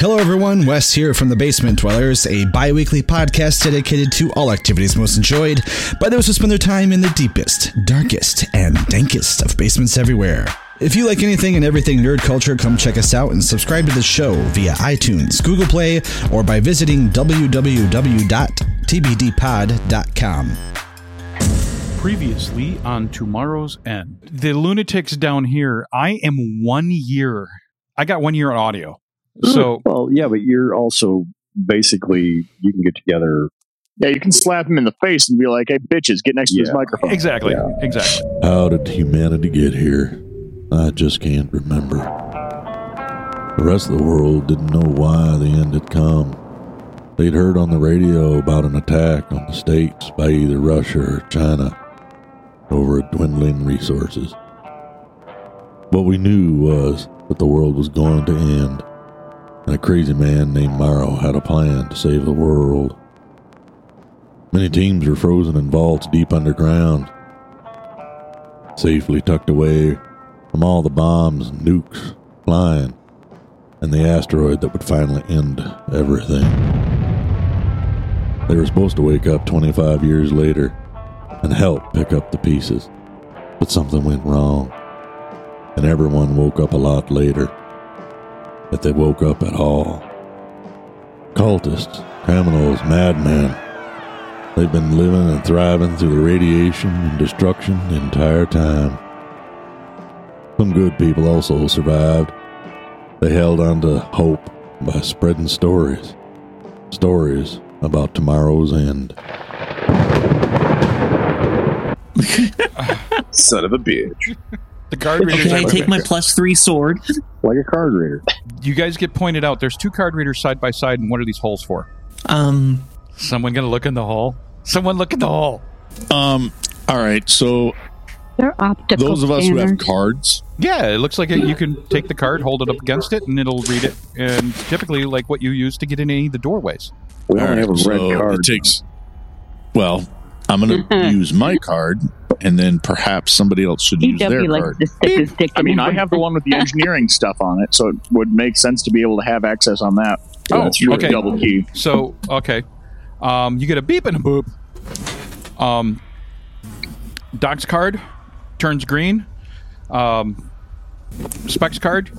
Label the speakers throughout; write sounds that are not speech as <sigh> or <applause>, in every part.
Speaker 1: Hello, everyone. Wes here from the Basement Dwellers, a bi weekly podcast dedicated to all activities most enjoyed by those who spend their time in the deepest, darkest, and dankest of basements everywhere. If you like anything and everything nerd culture, come check us out and subscribe to the show via iTunes, Google Play, or by visiting www.tbdpod.com.
Speaker 2: Previously on Tomorrow's End, the lunatics down here, I am one year. I got one year on audio. So
Speaker 3: Well, yeah, but you're also basically you can get together.
Speaker 4: Yeah, you can slap him in the face and be like, "Hey, bitches, get next to
Speaker 3: Yeah.
Speaker 4: this microphone."
Speaker 2: exactly,
Speaker 3: Yeah.
Speaker 2: exactly.
Speaker 5: How did humanity get here? I just can't remember. The rest of the world didn't know why the end had come. They'd heard on the radio about an attack on the states by either Russia or China over dwindling resources. What we knew was that the world was going to end, and a crazy man named Morrow had a plan to save the world. Many teams were frozen in vaults deep underground, safely tucked away from all the bombs and nukes flying and the asteroid that would finally end everything. They were supposed to wake up 25 years later and help pick up the pieces, but something went wrong, and everyone woke up a lot later. If they woke up at all. Cultists, criminals, madmen, They've been living and thriving through the radiation and destruction the entire time. Some good people also survived. They held on to hope by spreading stories. Stories about tomorrow's end.
Speaker 4: Son of a bitch.
Speaker 2: The card readers.
Speaker 6: Okay, I
Speaker 2: are-
Speaker 6: take my plus three sword.
Speaker 3: Like a card reader.
Speaker 2: you guys get pointed out. There's two card readers side by side, and what are these holes for?
Speaker 6: Um,
Speaker 2: Someone gonna look in the hole. Someone look in the hole.
Speaker 7: Um. All right. So
Speaker 8: They're optical.
Speaker 7: those of us who
Speaker 8: scanners.
Speaker 7: have cards,
Speaker 2: Yeah, it looks like it, you can take the card, hold it up against it, and it'll read it. And typically, like what you use to get in any of the doorways.
Speaker 3: We
Speaker 7: all
Speaker 3: only
Speaker 7: right,
Speaker 3: have a red
Speaker 7: so
Speaker 3: card.
Speaker 7: It takes. Well, I'm going to
Speaker 8: Mhm.
Speaker 7: use my card, and then perhaps somebody else should use their
Speaker 8: DW likes
Speaker 7: card.
Speaker 8: to stick his dick
Speaker 4: I
Speaker 8: in
Speaker 4: mean, I
Speaker 8: everything.
Speaker 4: have the one with the engineering stuff on it, so it would make sense to be able to have access on that.
Speaker 2: Oh,
Speaker 4: That's your
Speaker 2: okay.
Speaker 4: Double key.
Speaker 2: So okay, um, you get a beep and a boop. Um, Doc's card turns green. Um, Specs card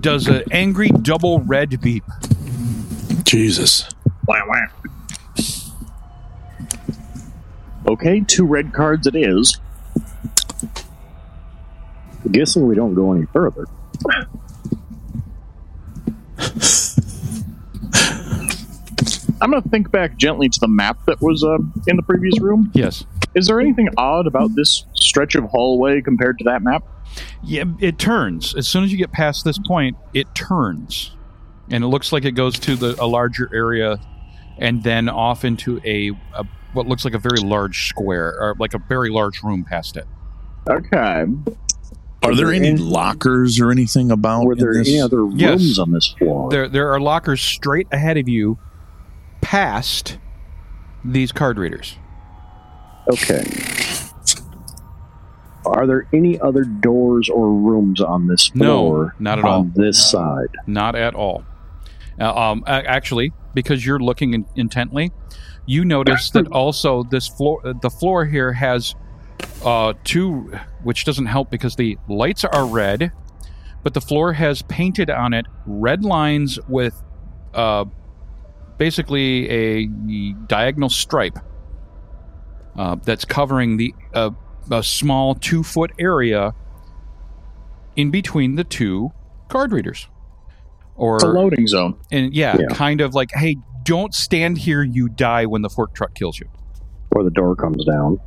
Speaker 2: does an angry double red beep.
Speaker 7: Jesus.
Speaker 4: Wah, wah. Okay, two red cards. It is.
Speaker 3: Guessing we don't go any further.
Speaker 4: I'm going to think back gently to the map that was uh, in the previous room.
Speaker 2: Yes.
Speaker 4: Is there anything odd about this stretch of hallway compared to that map?
Speaker 2: Yeah, it turns as soon as you get past this point. It turns, and it looks like it goes to the a larger area, and then off into a, a what looks like a very large square or like a very large room past it.
Speaker 4: Okay.
Speaker 7: Are there any lockers or anything about?
Speaker 3: Were
Speaker 7: in
Speaker 3: there
Speaker 7: this?
Speaker 3: any other rooms
Speaker 2: Oh, Yes.
Speaker 3: on this floor?
Speaker 2: There, there are lockers straight ahead of you, past these card readers.
Speaker 3: Okay. Are there any other doors or rooms on this
Speaker 2: No,
Speaker 3: floor?
Speaker 2: not at
Speaker 3: on
Speaker 2: all.
Speaker 3: this side.
Speaker 2: Not at all. Uh, um, a- actually, because you're looking in- intently, you notice that also this floor, uh, the floor here has uh, two, which doesn't help because the lights are red, but the floor has painted on it red lines with uh, basically a diagonal stripe uh, that's covering the uh, a small two foot area in between the two card readers. Or
Speaker 4: It's a loading zone.
Speaker 2: and yeah,
Speaker 3: Yeah.
Speaker 2: kind of like, hey, don't stand here, you die when the fork truck kills you.
Speaker 3: Where the door comes down.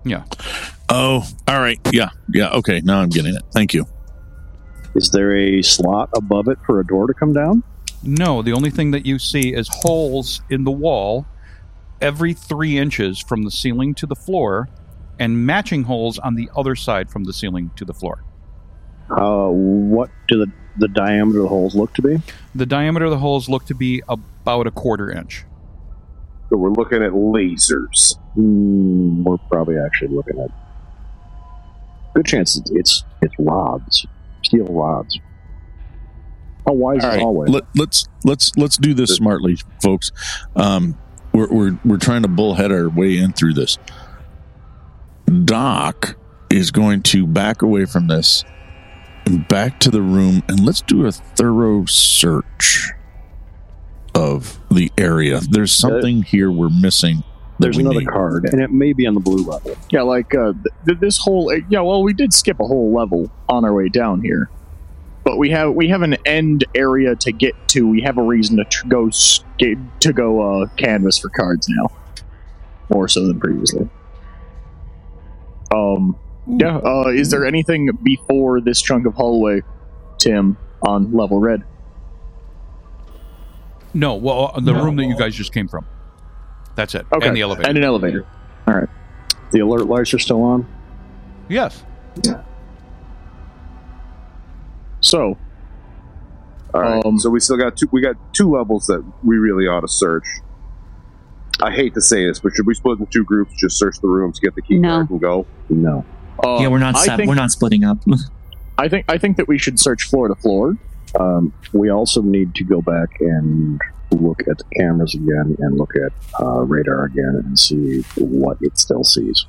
Speaker 7: Oh, all right. Yeah. Yeah. Okay. Now I'm getting it. Thank you.
Speaker 3: Is there a slot above it for a door to come down?
Speaker 2: No, the only thing that you see is holes in the wall every three inches from the ceiling to the floor and matching holes on the other side from the ceiling to the floor.
Speaker 3: Uh, what do the, the diameter of the holes look to be?
Speaker 2: The diameter of the holes look to be about a quarter inch.
Speaker 9: So we're looking at lasers.
Speaker 3: Hmm, we're probably actually looking at good chance it's it's, it's rods, steel rods. How wise
Speaker 7: All
Speaker 3: is
Speaker 7: right,
Speaker 3: always?
Speaker 7: let, let's let's let's do this smartly, folks. Um, we're we're we're trying to bullhead our way in through this. Doc is going to back away from this, and back to the room, and let's do a thorough search of the area. There's something here we're missing. that
Speaker 3: There's
Speaker 7: we
Speaker 3: another
Speaker 7: need.
Speaker 3: card, and it may be on the blue level.
Speaker 4: Yeah, like uh, th- th- this whole. uh, Yeah, well, we did skip a whole level on our way down here, but we have we have an end area to get to. We have a reason to tr- go s- get, to go uh, canvas for cards now, more so than previously. Um. Yeah. Uh, is there anything before this chunk of hallway, Tim, on level red?
Speaker 2: No, well, uh, the room that you guys just came from. That's it.
Speaker 4: Okay.
Speaker 2: And the elevator.
Speaker 4: And an elevator.
Speaker 3: The alert lights are still on.
Speaker 2: yes.
Speaker 4: So,
Speaker 9: All right.
Speaker 4: Um,
Speaker 9: so we still got two. We got two levels that we really ought to search. I hate to say this, but should we split into two groups, just search the rooms, get the key
Speaker 8: No.
Speaker 9: card, and go?
Speaker 3: No.
Speaker 4: uh,
Speaker 6: yeah, we're not.
Speaker 4: I
Speaker 6: sep-
Speaker 4: think,
Speaker 6: we're not splitting up.
Speaker 4: I think I think that we should search floor to floor.
Speaker 3: Um, we also need to go back and look at the cameras again and look at uh, radar again and see what it still sees.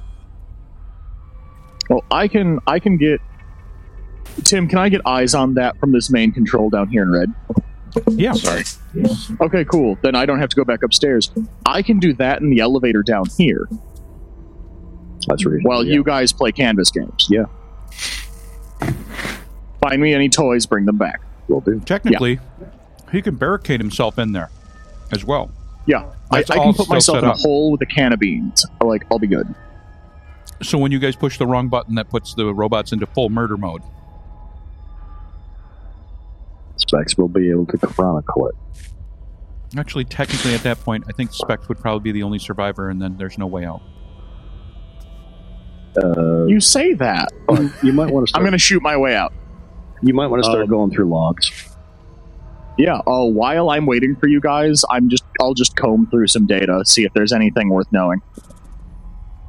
Speaker 4: Well, I can I can get Tim. Can I get eyes on that from this main control down here in red?
Speaker 2: Yeah.
Speaker 4: Okay, cool. Then I don't have to go back upstairs. I can do that in the elevator down here
Speaker 3: That's reasonable.
Speaker 4: while
Speaker 3: yeah.
Speaker 4: you guys play canvas games.
Speaker 3: Yeah.
Speaker 4: Find me any toys, bring them back.
Speaker 3: will do.
Speaker 2: Technically, he can barricade himself in there as well.
Speaker 4: Yeah, I, I
Speaker 2: That's
Speaker 4: can
Speaker 2: all
Speaker 4: put
Speaker 2: still
Speaker 4: myself
Speaker 2: set
Speaker 4: in a
Speaker 2: up.
Speaker 4: hole with a can of beans. Like I'll be good.
Speaker 2: So when you guys push the wrong button, that puts the robots into full murder mode.
Speaker 3: Specs will be able to chronicle it.
Speaker 2: Actually, technically, at that point, I think Specs would probably be the only survivor, and then there's no way out.
Speaker 3: Uh,
Speaker 4: You say that.
Speaker 3: but you might want to
Speaker 4: I'm
Speaker 3: start.
Speaker 4: gonna shoot my way out.
Speaker 3: you might want to start
Speaker 4: um,
Speaker 3: going through logs.
Speaker 4: Yeah. Uh, while I'm waiting for you guys, I'm just I'll just comb through some data, see if there's anything worth knowing.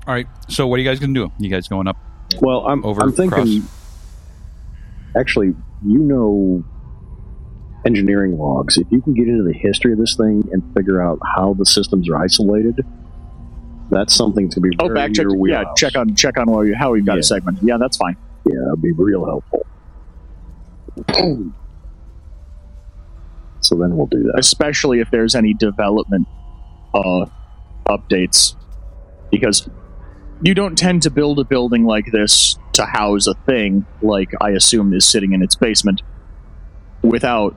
Speaker 2: All right. So what are you guys gonna do? You guys going up?
Speaker 3: Well, I'm
Speaker 2: Over,
Speaker 3: I'm thinking. Actually, you know engineering logs. If you can get into the history of this thing and figure out how the systems are isolated, that's something to be.
Speaker 4: Oh,
Speaker 3: very
Speaker 4: back check.
Speaker 3: near
Speaker 4: Yeah,
Speaker 3: wheelhouse.
Speaker 4: check on check on where you, how we've got
Speaker 3: Yeah.
Speaker 4: a segment. Yeah, that's fine.
Speaker 3: Yeah, that'd be real helpful. so then we'll do that.
Speaker 4: Especially if there's any development uh, updates, because you don't tend to build a building like this to house a thing like I assume is sitting in its basement without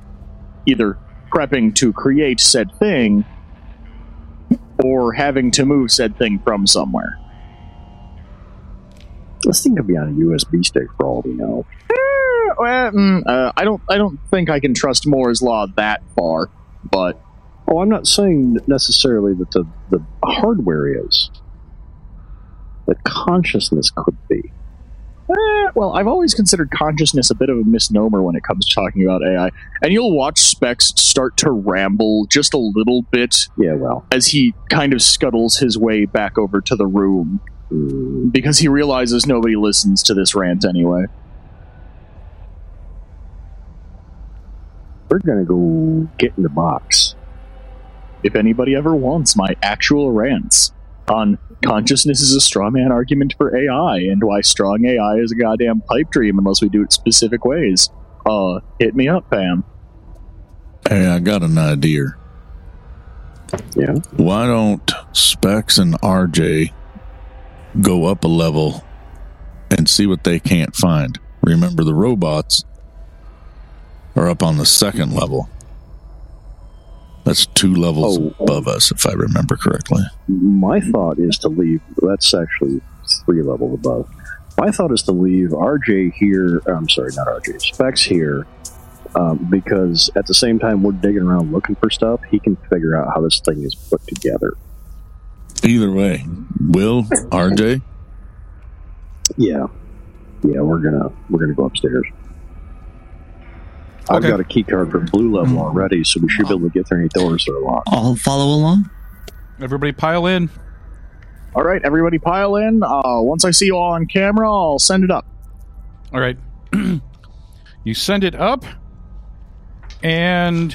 Speaker 4: either prepping to create said thing or having to move said thing from somewhere.
Speaker 3: This thing could be on a USB stick for all we know.
Speaker 4: Eh, well, mm, uh, I don't. I don't think I can trust Moore's law that far. But
Speaker 3: Oh, I'm not saying necessarily that the, the hardware is. The consciousness could be.
Speaker 4: eh, well, I've always considered consciousness a bit of a misnomer when it comes to talking about AI. And you'll watch Specs start to ramble just a little bit
Speaker 3: Yeah, well,
Speaker 4: as he kind of scuttles his way back over to the room
Speaker 3: mm,
Speaker 4: because he realizes nobody listens to this rant anyway.
Speaker 3: we're gonna go get in the box.
Speaker 4: If anybody ever wants my actual rants on consciousness is a straw man argument for AI and why strong AI is a goddamn pipe dream unless we do it specific ways, uh, hit me up, fam.
Speaker 7: Hey, I got an idea.
Speaker 3: Yeah?
Speaker 7: Why don't Specs and RJ go up a level and see what they can't find? Remember, the robots are up on the second level. That's two levels
Speaker 3: Oh.
Speaker 7: above us, if I remember correctly.
Speaker 3: My thought is to leave. That's actually three levels above. My thought is to leave RJ here. I'm sorry, not RJ. Specs here, um, because at the same time we're digging around looking for stuff, he can figure out how this thing is put together.
Speaker 7: Either way, Will, RJ,
Speaker 3: Yeah, yeah, we're gonna we're gonna go upstairs. I've
Speaker 2: Okay.
Speaker 3: got a key card for blue level
Speaker 4: Mm.
Speaker 3: already, so we should be able to get through any doors that are locked.
Speaker 6: I'll follow along.
Speaker 2: Everybody pile in.
Speaker 4: All right, everybody pile in. Uh, once I see you all on camera, I'll send it up.
Speaker 2: <clears throat> All right. you send it up, And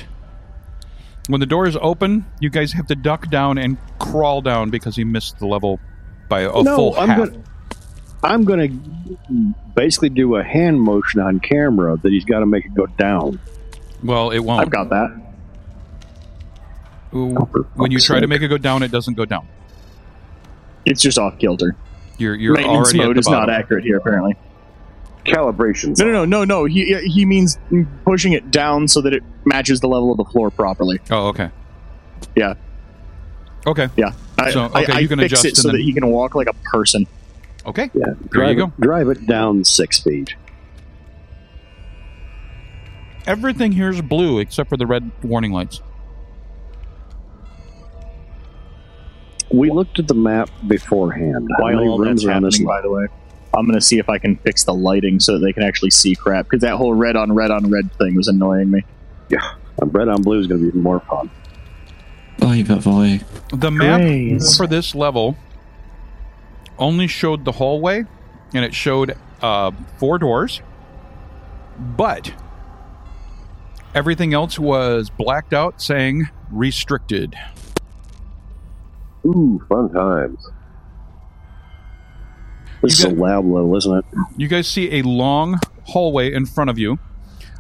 Speaker 2: when the door is open, you guys have to duck down and crawl down because he missed the level by a full
Speaker 3: I'm
Speaker 2: half.
Speaker 3: gonna- I'm going to basically do a hand motion on camera that he's got to make it go down.
Speaker 2: Well, it won't.
Speaker 4: I've got that.
Speaker 2: Ooh,
Speaker 3: for
Speaker 2: when you
Speaker 3: fuck's
Speaker 2: try to
Speaker 3: sake.
Speaker 2: make it go down, it doesn't go down.
Speaker 4: It's just off kilter.
Speaker 2: You're you're
Speaker 4: Maintenance
Speaker 2: already at
Speaker 4: mode
Speaker 2: the
Speaker 4: is not
Speaker 2: bottom.
Speaker 4: accurate here, apparently.
Speaker 9: Calibrations.
Speaker 4: No, no, no, no, no. He he means pushing it down so that it matches the level of the floor properly.
Speaker 2: Oh, okay.
Speaker 4: Yeah.
Speaker 2: Okay.
Speaker 4: I,
Speaker 2: So,
Speaker 4: I-
Speaker 2: okay,
Speaker 4: I
Speaker 2: you can
Speaker 4: fix
Speaker 2: adjust
Speaker 4: it so
Speaker 2: and then-
Speaker 4: that he can walk like a person.
Speaker 2: Okay.
Speaker 3: Yeah,
Speaker 2: There you
Speaker 3: drive it, drive it down six feet.
Speaker 2: Everything here is blue except for the red warning lights.
Speaker 3: We looked at the map beforehand. How
Speaker 4: While
Speaker 3: many
Speaker 4: all that's
Speaker 3: rooms are on this
Speaker 4: happening, by the way, I'm going to see if I can fix the lighting so that they can actually see crap. Because that whole red on red on red thing was annoying me.
Speaker 3: Um, red on blue is going to be even more fun.
Speaker 6: Oy vavoy.
Speaker 2: The map
Speaker 4: Grays.
Speaker 2: for this level only showed the hallway, and it showed uh, four doors, but everything else was blacked out, saying restricted.
Speaker 9: Ooh, fun times.
Speaker 3: This
Speaker 2: You
Speaker 3: is a lab level, isn't it?
Speaker 2: You guys see a long hallway in front of you.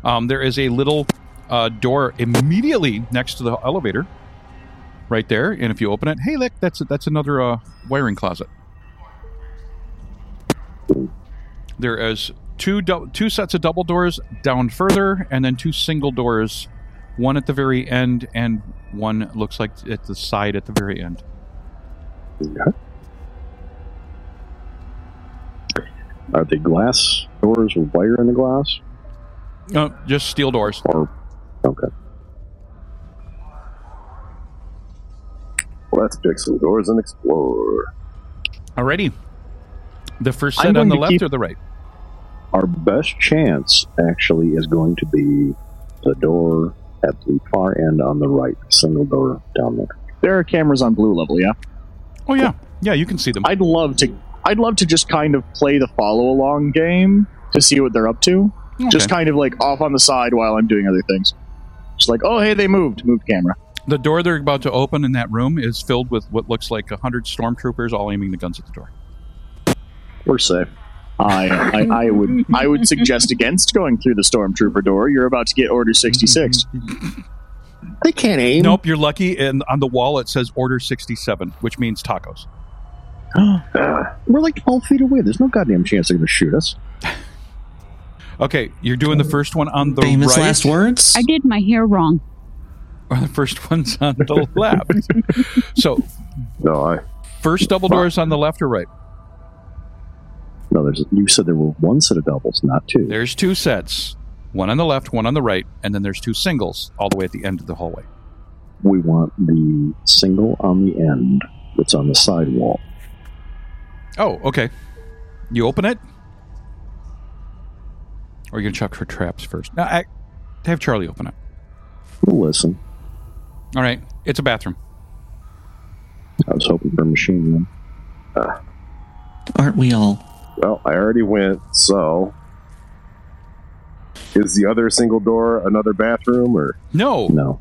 Speaker 2: Um, there is a little uh, door immediately next to the elevator, right there. And if you open it, hey, look, that's that's another uh, wiring closet. There is two dou- two sets of double doors down further, and then two single doors, one at the very end, and one looks like at the side at the very end.
Speaker 3: Are they glass doors with wire in the glass?
Speaker 2: No, Oh, just steel doors.
Speaker 3: Or okay,
Speaker 9: Let's pick some doors and explore.
Speaker 2: Alrighty. The first
Speaker 4: I'm
Speaker 2: set on
Speaker 4: going
Speaker 2: the
Speaker 4: to
Speaker 2: left
Speaker 4: keep-
Speaker 2: or the right?
Speaker 3: our best chance actually is going to be the door at the far end on the right, single door down there.
Speaker 4: There are cameras on blue level, yeah.
Speaker 2: Oh yeah, yeah, you can see them.
Speaker 4: I'd love to. I'd love to just kind of play the follow along game to see what they're up to. Just
Speaker 2: Okay.
Speaker 4: kind of like off on the side while I'm doing other things. Just like, oh hey, they moved, moved camera.
Speaker 2: the door they're about to open in that room is filled with what looks like a hundred stormtroopers, all aiming the guns at the door.
Speaker 3: We're safe.
Speaker 4: I, I, I would I would suggest against going through the stormtrooper door. You're about to get Order sixty six.
Speaker 3: They can't aim.
Speaker 2: Nope, you're lucky. And on the wall it says Order sixty seven, which means tacos.
Speaker 3: We're like 12 feet away. There's no goddamn chance they're going to shoot us.
Speaker 2: Okay, you're doing the first one on the
Speaker 6: Famous
Speaker 2: right.
Speaker 6: last words?
Speaker 8: I did my hair wrong.
Speaker 2: Or <laughs> the first one's on the left. <laughs> so
Speaker 9: No, I.
Speaker 2: first double doors on the left or right?
Speaker 3: No, there's. You said there were one set of doubles, not two.
Speaker 2: There's two sets. One on the left, one on the right, and then there's two singles all the way at the end of the hallway.
Speaker 3: We want the single on the end that's on the sidewall.
Speaker 2: Oh, okay. You open it? Or are you going to check for traps first? No, I, have Charlie open it.
Speaker 3: We'll listen.
Speaker 2: All right. It's a bathroom.
Speaker 3: I was hoping for a machine gun.
Speaker 6: Aren't we all?
Speaker 9: Well, I already went, so. Is the other single door another bathroom, or.
Speaker 2: No,
Speaker 3: No.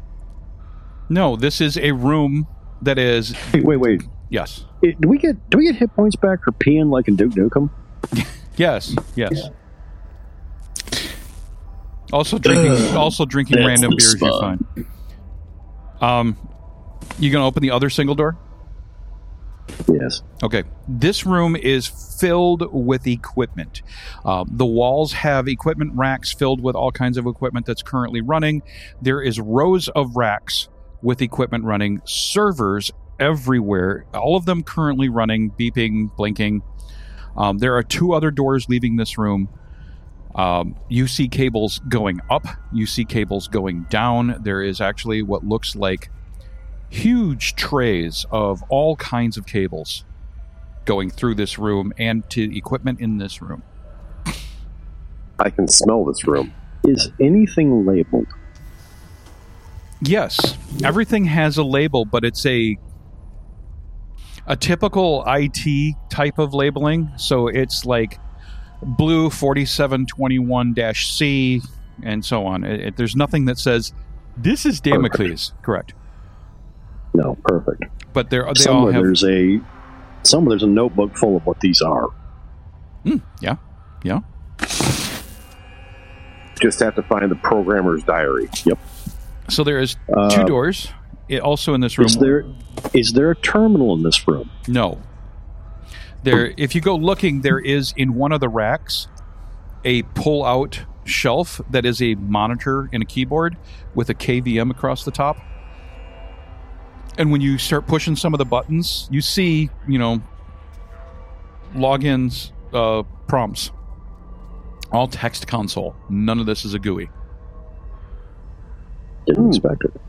Speaker 2: no. This is a room that is.
Speaker 3: Hey, wait, wait.
Speaker 2: Yes.
Speaker 3: It- do we get do we get hit points back for peeing like in Duke Nukem?
Speaker 2: Yes. Yes. Also drinking. also drinking
Speaker 4: that's
Speaker 2: random
Speaker 4: the
Speaker 2: beers. You're
Speaker 4: spot.
Speaker 2: fine. Um, you gonna open the other single door?
Speaker 3: Yes.
Speaker 2: Okay. This room is filled with equipment. Uh, the walls have equipment racks filled with all kinds of equipment that's currently running. There is rows of racks with equipment running, servers everywhere, all of them currently running, beeping, blinking. Um, there are two other doors leaving this room. Um, you see cables going up, you see cables going down. There is actually what looks like huge trays of all kinds of cables going through this room and to equipment in this room.
Speaker 9: I can smell this room.
Speaker 3: Is anything labeled?
Speaker 2: Yes, everything has a label, but it's a a typical IT type of labeling. So it's like blue 4721-C, and so on. It, it- there's nothing that says this is Damocles, correct?
Speaker 3: No, perfect.
Speaker 2: But they're, they all
Speaker 3: somewhere
Speaker 2: have
Speaker 3: there's a somewhere there's a notebook full of what these are.
Speaker 2: yeah, yeah.
Speaker 9: Just have to find the programmer's diary.
Speaker 3: Yep.
Speaker 2: So there is two
Speaker 3: Uh,
Speaker 2: doors. It, also in this room,
Speaker 3: Is there is there a terminal in this room?
Speaker 2: no. There, if you go looking, there is in one of the racks a pull-out shelf that is a monitor and a keyboard with a KVM across the top. And when you start pushing some of the buttons, you see, you know, logins, uh, prompts, all text console. None of this is a GUI.
Speaker 9: Hmm.
Speaker 3: Didn't expect it.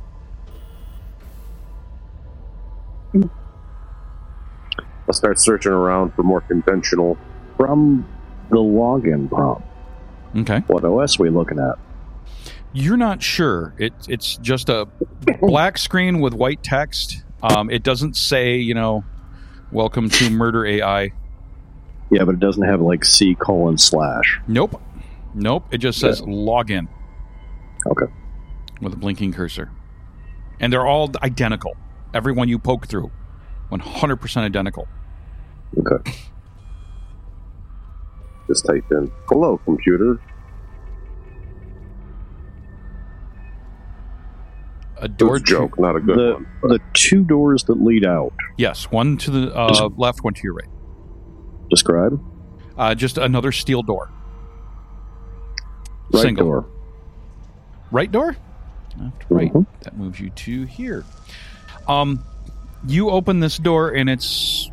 Speaker 9: I'll start searching around for more conventional.
Speaker 3: From Um, the login prompt,
Speaker 2: Okay.
Speaker 3: what OS we looking at?
Speaker 2: You're not sure. It, it's just a black screen with white text. Um, it doesn't say, you know, welcome to Murder AI.
Speaker 3: Yeah, but it doesn't have like C colon slash.
Speaker 2: Nope. Nope. It just says login.
Speaker 3: Okay.
Speaker 2: With a blinking cursor. And they're all identical. Everyone you poke through, 100% identical.
Speaker 3: Okay.
Speaker 9: Just type in hello computer.
Speaker 2: A door
Speaker 9: Door joke, not a good
Speaker 3: the
Speaker 9: one.
Speaker 3: the two doors that lead out.
Speaker 2: Yes. One to the uh, left, one to your right.
Speaker 3: Describe.
Speaker 2: Uh, just another steel door.
Speaker 3: Right
Speaker 2: Single.
Speaker 3: door.
Speaker 2: right door left right
Speaker 3: Mhm.
Speaker 2: that moves you to here um you open this door and it's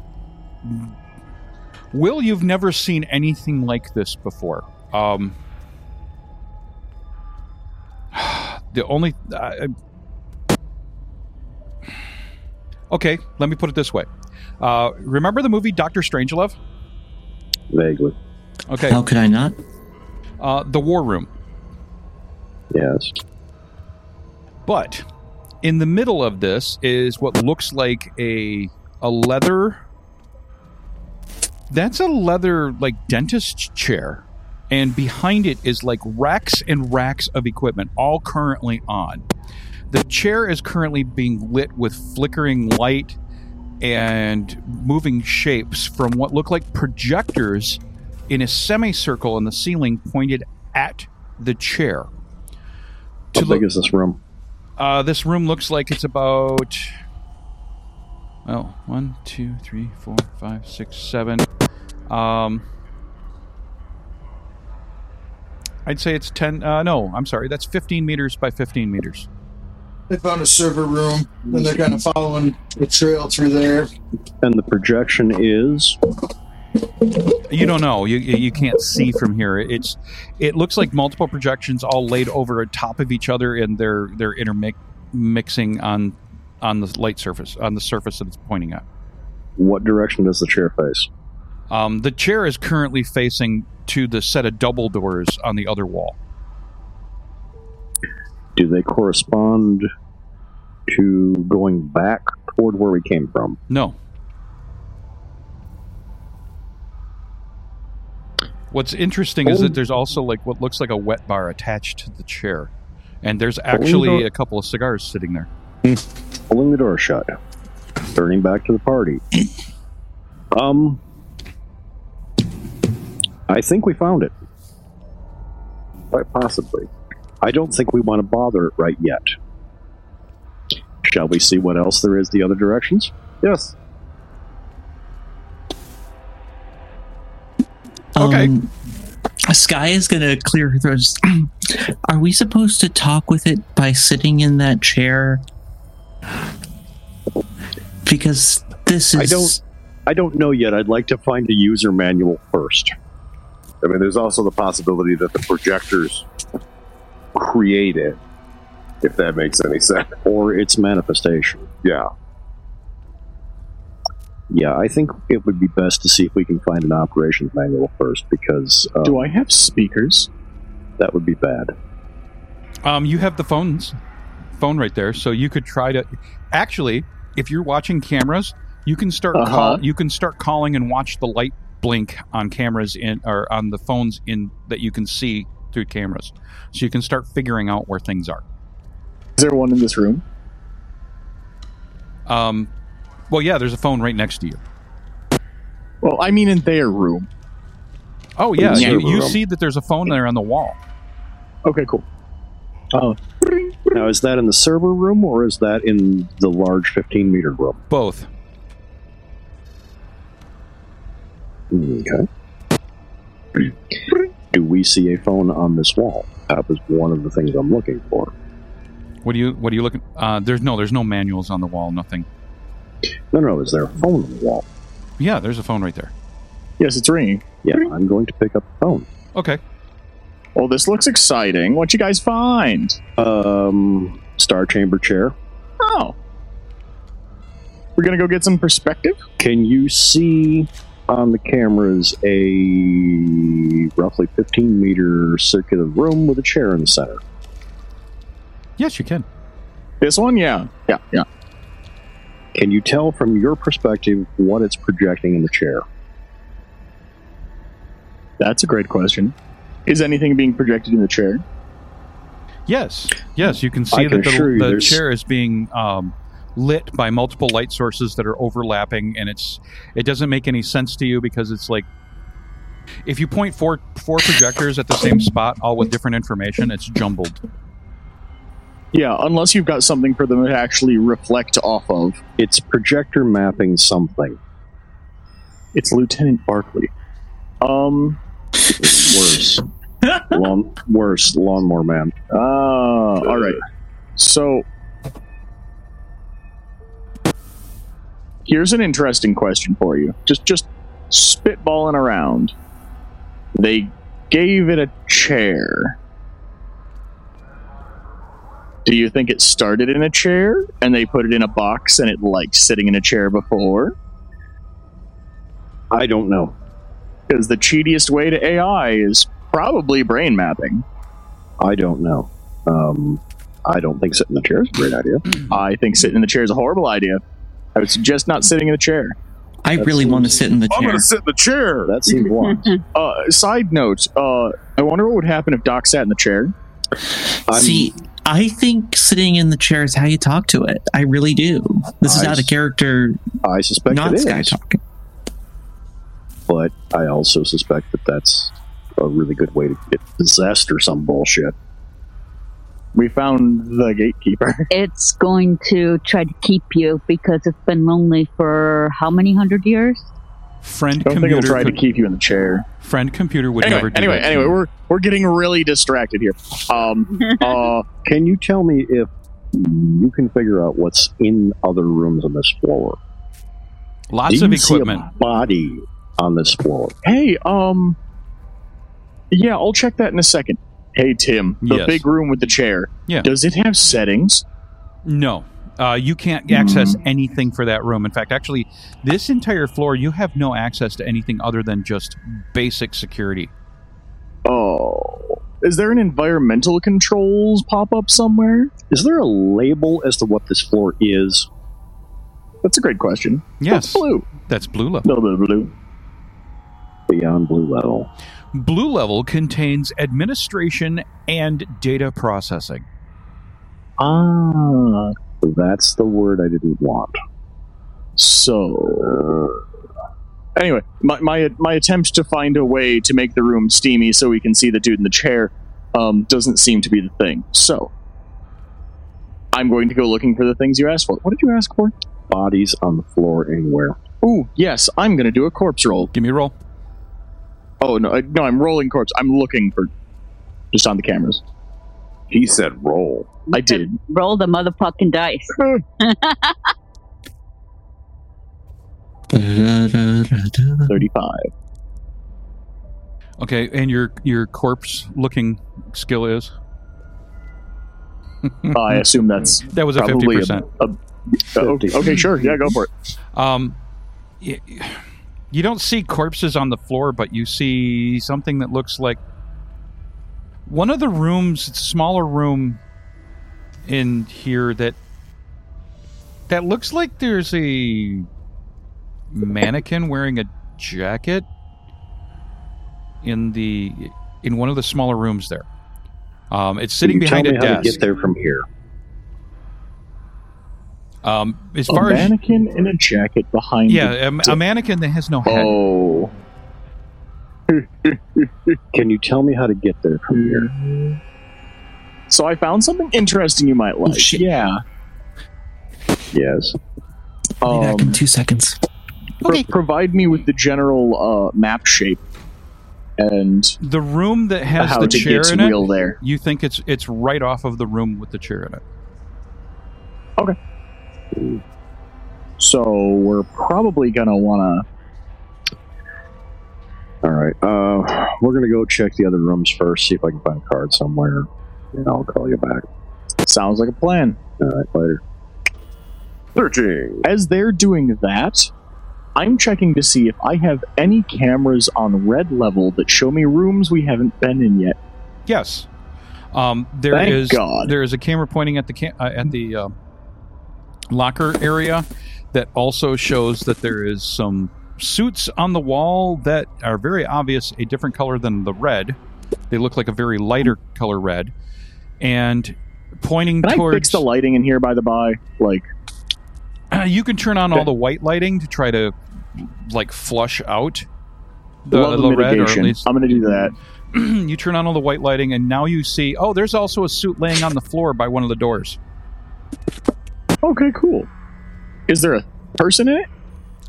Speaker 2: will you've never seen anything like this before um <sighs> the only I I- okay let me put it this way uh remember the movie dr strangelove
Speaker 3: Vaguely.
Speaker 2: okay
Speaker 6: How could I not?
Speaker 2: uh the war room
Speaker 3: Yes.
Speaker 2: But in the middle of this is what looks like a a leather. That's a leather like dentist chair, and behind it is like racks and racks of equipment, all currently on. The chair is currently being lit with flickering light and moving shapes from what look like projectors in a semicircle in the ceiling pointed at the chair.
Speaker 3: How
Speaker 2: To the-
Speaker 3: big is this room?
Speaker 2: uh, this room looks like it's about. Well, one, two, three, four, five, six, seven. Um, I'd say it's ten. Uh, no, I'm sorry. That's 15 meters by 15 meters.
Speaker 8: They found a server room, and they're kind of following the trail through there.
Speaker 3: And the projection is
Speaker 2: You don't know. You you can't see from here. It's it looks like multiple projections all laid over top of each other, and they're they're intermixing on on the light surface on the surface that it's pointing at.
Speaker 3: what direction does the chair face?
Speaker 2: Um, the chair is currently facing to the set of double doors on the other wall.
Speaker 3: Do they correspond to going back toward where we came from?
Speaker 2: No. What's interesting is that there's also like what looks like a wet bar attached to the chair, and there's actually
Speaker 3: don't-
Speaker 2: a couple of cigars sitting there.
Speaker 3: Pulling the door shut. Turning back to the party. um I think we found it.
Speaker 9: Quite possibly.
Speaker 3: I don't think we want to bother it right yet. Shall we see what else there is the other directions?
Speaker 9: Yes.
Speaker 2: Okay.
Speaker 6: Um, Sky is gonna clear her throat. <clears throat> Just, Are we supposed to talk with it by sitting in that chair? Because this is.
Speaker 3: I don't I don't know yet. I'd like to find a user manual first.
Speaker 9: I mean, there's also the possibility that the projectors create it, if that makes any sense.
Speaker 3: Or its manifestation.
Speaker 9: Yeah.
Speaker 3: Yeah, I think it would be best to see if we can find an operations manual first because uh,
Speaker 4: Do I have speakers?
Speaker 3: that would be bad.
Speaker 2: Um, you have the phones, phone right there, so you could try to. Actually, if you're watching cameras, you can start
Speaker 4: Uh-huh.
Speaker 2: call. You can start calling and watch the light blink on cameras in or on the phones in that you can see through cameras, so you can start figuring out where things are.
Speaker 4: Is there one in this room?
Speaker 2: Um, well, yeah, there's a phone right next to you.
Speaker 4: Well, I mean in their room.
Speaker 2: Oh yeah,
Speaker 9: Yeah.
Speaker 2: you, you
Speaker 9: Room.
Speaker 2: see that there's a phone there on the wall.
Speaker 4: Okay, cool. Oh.
Speaker 3: Now, is that in the server room or is that in the large 15 meter room?
Speaker 2: Both.
Speaker 3: Okay. Do we see a phone on this wall? That was one of the things I'm looking for.
Speaker 2: What do you What are you looking? Uh, there's no there's no manuals on the wall. Nothing.
Speaker 3: No, no, is there a phone on the wall?
Speaker 2: Yeah, there's a phone right there.
Speaker 4: Yes, it's ringing.
Speaker 3: Yeah, I'm going to pick up the phone.
Speaker 2: Okay.
Speaker 4: Well, this looks exciting. What you guys find?
Speaker 3: Um, Star Chamber chair.
Speaker 4: Oh. We're gonna go get some perspective?
Speaker 3: Can you see on the cameras a roughly 15 meter circular room with a chair in the center?
Speaker 2: Yes, you can.
Speaker 4: This one? Yeah. Yeah. Yeah.
Speaker 3: Can you tell from your perspective what it's projecting in the chair?
Speaker 4: That's a great question. Is anything being projected in the chair?
Speaker 2: Yes, yes, you can see
Speaker 3: I can
Speaker 2: that the,
Speaker 3: assure you
Speaker 2: the
Speaker 3: there's-
Speaker 2: chair is being um, lit by multiple light sources that are overlapping, and it's it doesn't make any sense to you because it's like if you point four four projectors at the same spot, all with different information, it's jumbled.
Speaker 4: Yeah, unless you've got something for them to actually reflect off of.
Speaker 3: It's projector mapping something.
Speaker 4: It's Lieutenant Barkley. Um. <laughs>
Speaker 3: Worse. Lawn, worse, lawnmower man.
Speaker 4: Ah. all right. So. Here's an interesting question for you. Just, just spitballing around. They gave it a chair. Do you think it started in a chair and they put it in a box and it liked sitting in a chair before?
Speaker 3: I don't know.
Speaker 4: Because the cheatiest way to AI is probably brain mapping.
Speaker 3: I don't know. Um, I don't think sitting in the chair is a great idea.
Speaker 9: Hmm.
Speaker 4: I think sitting in the chair is a horrible idea. I would suggest not sitting in the chair.
Speaker 6: I really want to sit in the
Speaker 9: I'm
Speaker 6: chair.
Speaker 9: gonna sit in the chair.
Speaker 3: That seems long.
Speaker 4: Uh, side note, uh, I wonder what would happen if Doc sat in the chair.
Speaker 3: I'm-
Speaker 6: See, I think sitting in the chair is how you talk to it. I really do. This is
Speaker 3: I
Speaker 6: out of
Speaker 3: s-
Speaker 6: character,
Speaker 3: I suspect
Speaker 6: not
Speaker 3: it is,
Speaker 6: sky talking.
Speaker 3: but I also suspect that that's a really good way to get possessed or some bullshit.
Speaker 4: We found the gatekeeper. <laughs>
Speaker 10: It's going to try to keep you because it's been lonely for how many hundred years?
Speaker 2: Friend
Speaker 4: Don't think
Speaker 2: computer,
Speaker 4: it'll try to
Speaker 2: could-
Speaker 4: keep you in the chair.
Speaker 2: friend computer would
Speaker 4: Anyway,
Speaker 2: never do
Speaker 4: anyway,
Speaker 2: that. to
Speaker 4: anyway,
Speaker 2: you.
Speaker 4: we're we're getting really distracted here. Um, uh,
Speaker 3: Can you tell me if you can figure out what's in other rooms on this floor?
Speaker 2: lots
Speaker 3: Do
Speaker 2: of
Speaker 3: you see a
Speaker 2: equipment.
Speaker 3: body on this floor.
Speaker 4: hey, um, yeah, I'll check that in a second. Hey, Tim, the
Speaker 2: Yes.
Speaker 4: big room with the chair.
Speaker 2: Yeah.
Speaker 4: Does it have settings?
Speaker 2: No. Uh, you can't access anything for that room. In fact, actually, this entire floor, you have no access to anything other than just basic security.
Speaker 4: Oh, is there an environmental controls pop up somewhere?
Speaker 3: Is there a label as to what this floor is?
Speaker 4: That's a great question.
Speaker 2: Yes,
Speaker 4: That's blue.
Speaker 2: that's blue level.
Speaker 4: Blah, blah, blah, blah.
Speaker 3: Beyond blue level.
Speaker 2: Blue level contains administration and data processing.
Speaker 4: Ah,
Speaker 3: That's the word I didn't want.
Speaker 4: So, anyway, my, my my attempt to find a way to make the room steamy so we can see the dude in the chair um, doesn't seem to be the thing. So, I'm going to go looking for the things you asked for. What did you ask for?
Speaker 3: Bodies on the floor anywhere.
Speaker 4: Ooh, yes, I'm going to do a corpse roll.
Speaker 2: Give me a roll.
Speaker 4: Oh no, I- no, I'm rolling corpse. I'm looking for just on the cameras.
Speaker 9: He said roll.
Speaker 4: I did.
Speaker 10: Roll the motherfucking dice.
Speaker 7: Hmm.
Speaker 4: Thirty-five.
Speaker 2: Okay, and your your corpse looking skill is
Speaker 4: I assume that's
Speaker 2: that was a fifty
Speaker 4: probably
Speaker 2: percent.
Speaker 4: a, a- uh, okay, okay, sure, yeah, go for it.
Speaker 2: Um, y- you don't see corpses on the floor, but you see something that looks like one of the rooms, it's a smaller room in here that that looks like there's a mannequin wearing a jacket in the in one of the smaller rooms there. Um, it's sitting
Speaker 3: you
Speaker 2: behind
Speaker 3: tell
Speaker 2: a
Speaker 3: me how to
Speaker 2: desk.
Speaker 3: get there from here.
Speaker 2: Um, as
Speaker 4: A
Speaker 2: far as
Speaker 4: mannequin in a jacket behind.
Speaker 2: yeah, a, a mannequin that has no
Speaker 4: The,
Speaker 2: head.
Speaker 4: oh,
Speaker 3: Can you tell me how to get there from here?
Speaker 4: so I found something interesting you might like.
Speaker 6: shit.
Speaker 4: Yeah.
Speaker 3: Yes.
Speaker 6: I'll be back
Speaker 4: Um,
Speaker 6: in two seconds.
Speaker 4: pro- provide me with the general uh, map shape and
Speaker 2: The room that has
Speaker 4: how
Speaker 2: the
Speaker 4: to
Speaker 2: chair
Speaker 4: get
Speaker 2: in it.
Speaker 4: real there.
Speaker 2: You think it's it's right off of the room with the chair in it.
Speaker 4: So we're probably gonna wanna.
Speaker 3: All right. Uh, we're gonna go check the other rooms first. See if I can find a card somewhere, and I'll call you back.
Speaker 4: Sounds like a plan.
Speaker 3: All right. Later.
Speaker 9: Searching.
Speaker 4: As they're doing that, I'm checking to see if I have any cameras on red level that show me rooms we haven't been in yet.
Speaker 2: Yes. Um, there
Speaker 4: Thank
Speaker 2: is-
Speaker 4: God.
Speaker 2: there is a camera pointing at the ca- uh, at the uh, locker area that also shows that there is some suits on the wall that are very obvious a different color than the red. They look like a very lighter color red, and pointing
Speaker 4: Can I
Speaker 2: towards
Speaker 4: fix the lighting in here, by the by? Like,
Speaker 2: <clears throat> you can turn on all the white lighting to try to like flush out the,
Speaker 4: love
Speaker 2: the
Speaker 4: the
Speaker 2: red, or at
Speaker 4: mitigation.
Speaker 2: least <clears throat>
Speaker 4: I'm going to do that.
Speaker 2: you turn on all the white lighting, and now you see. Oh, there's also a suit laying on the floor by one of the doors.
Speaker 4: Okay, cool. Is there a person in it?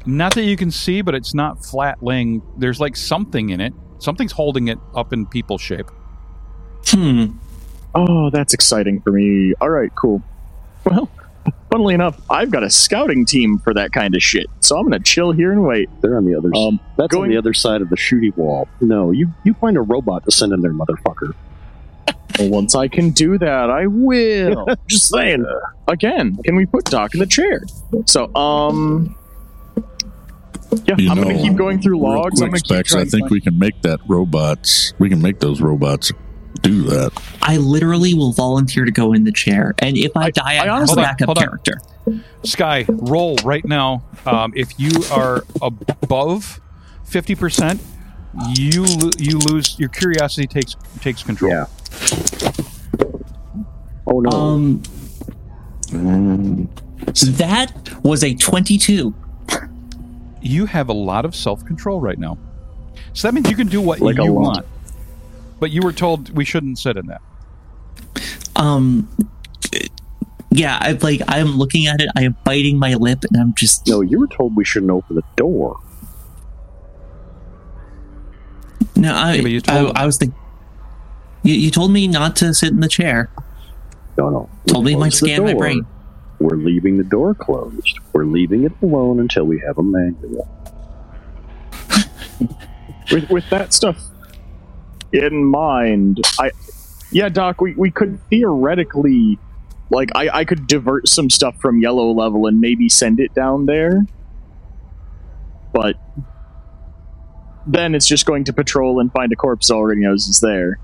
Speaker 2: Not that you can see, but it's not flat laying. There's like something in it. Something's holding it up in people shape.
Speaker 6: Hmm.
Speaker 4: Oh, that's exciting for me. All right, cool. Well, funnily enough, I've got a scouting team for that kind of shit, so I'm going to chill here and wait.
Speaker 3: They're on the other.
Speaker 4: Um,
Speaker 3: that's
Speaker 4: going-
Speaker 3: on the other side of the shooting wall. No, you you find a robot to send in there, motherfucker.
Speaker 4: Well, once I can do that, I
Speaker 7: <laughs>
Speaker 4: will. Just saying. Again, can we put Doc in the chair? So, um, yeah,
Speaker 7: You
Speaker 4: I'm going
Speaker 7: know,
Speaker 4: to keep going through
Speaker 7: real
Speaker 4: logs. I'm
Speaker 7: quick,
Speaker 4: going to keep
Speaker 7: Specs,
Speaker 4: trying
Speaker 7: I
Speaker 4: to
Speaker 7: think
Speaker 4: find-
Speaker 7: we can make that robots. We can make those robots do that.
Speaker 6: I literally will volunteer to go in the chair, and if I, die, I,
Speaker 4: I
Speaker 6: have
Speaker 4: honestly-
Speaker 2: Hold
Speaker 6: a
Speaker 2: on,
Speaker 6: backup
Speaker 2: hold on.
Speaker 6: character.
Speaker 2: Sky, roll right now. Um, if you are above fifty percent, you lo- you lose your curiosity takes takes control.
Speaker 3: Yeah. Oh no.
Speaker 6: Um, that was a twenty-two.
Speaker 2: you have a lot of self control right now. So that means you can do what
Speaker 4: Like a
Speaker 2: you
Speaker 4: lot.
Speaker 2: want. But you were told we shouldn't sit in that.
Speaker 6: Um, yeah, I like. I am looking at it. I am biting my lip, and I'm just
Speaker 3: no, you were told we shouldn't open the door.
Speaker 6: no. I,
Speaker 2: Yeah, but you
Speaker 6: I,
Speaker 2: told-
Speaker 6: I was thinking. You, you told me not to sit in the chair.
Speaker 3: No, no.
Speaker 6: Told me it might
Speaker 3: Close the
Speaker 6: scan my
Speaker 3: door.
Speaker 6: brain.
Speaker 3: We're leaving the door closed. We're leaving it alone until we have a manual.
Speaker 4: <laughs> with, with that stuff in mind, I yeah, Doc, we, we could theoretically like I, I could divert some stuff from yellow level and maybe send it down there. But then it's just going to patrol and find a corpse that already knows is there.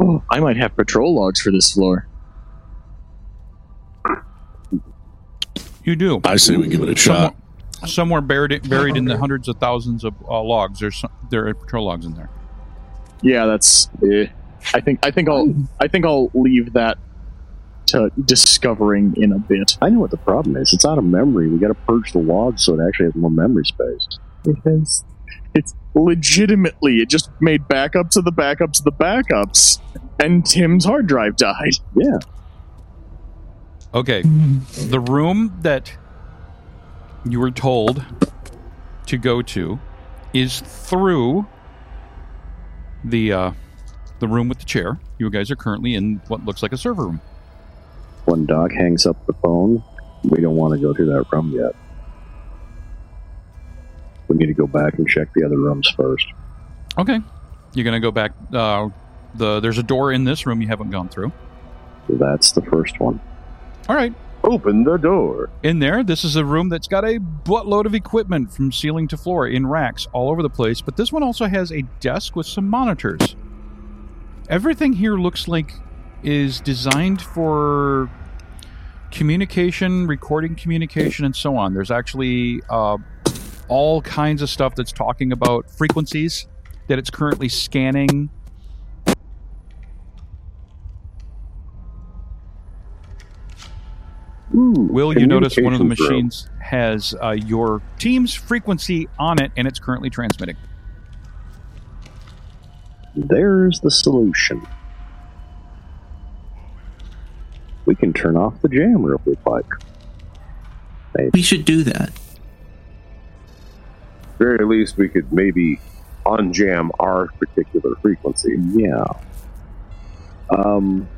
Speaker 4: Oh, I might have patrol logs for this floor.
Speaker 2: You do.
Speaker 7: I say we give it a
Speaker 2: Somewhere,
Speaker 7: shot.
Speaker 2: somewhere buried buried in the hundreds of thousands of uh, logs. There's some, there are patrol logs in there.
Speaker 4: Yeah, that's. eh. I think I think I'll I think I'll leave that to discovering in a bit.
Speaker 3: I know what the problem is. It's out of memory. We got to purge the log so it actually has more memory space.
Speaker 4: It's, it's legitimately, it just made backups of the backups of the backups, and Tim's hard drive died.
Speaker 3: Yeah.
Speaker 2: Okay, the room that you were told to go to is through the uh, the room with the chair. You guys are currently in what looks like a server room.
Speaker 3: When Doc hangs up the phone, we don't want to go through that room yet. We need to go back and check the other rooms first.
Speaker 2: Okay, you're gonna go back. Uh, the there's a door in this room you haven't gone through.
Speaker 3: That's the first one.
Speaker 2: All right,
Speaker 9: Open the door.
Speaker 2: in there. This is a room that's got a buttload of equipment from ceiling to floor in racks all over the place, but this one also has a desk with some monitors. Everything here looks like is designed for communication, recording communication, and so on. There's actually uh, all kinds of stuff that's talking about frequencies that it's currently scanning.
Speaker 3: Hmm,
Speaker 2: Will, you notice one of the
Speaker 9: communications room.
Speaker 2: machines has uh, your team's frequency on it, and it's currently transmitting.
Speaker 3: There's the solution. We can turn off the jammer if we'd like.
Speaker 6: We should do that.
Speaker 9: very least, we could maybe unjam our particular frequency.
Speaker 3: Yeah. Um,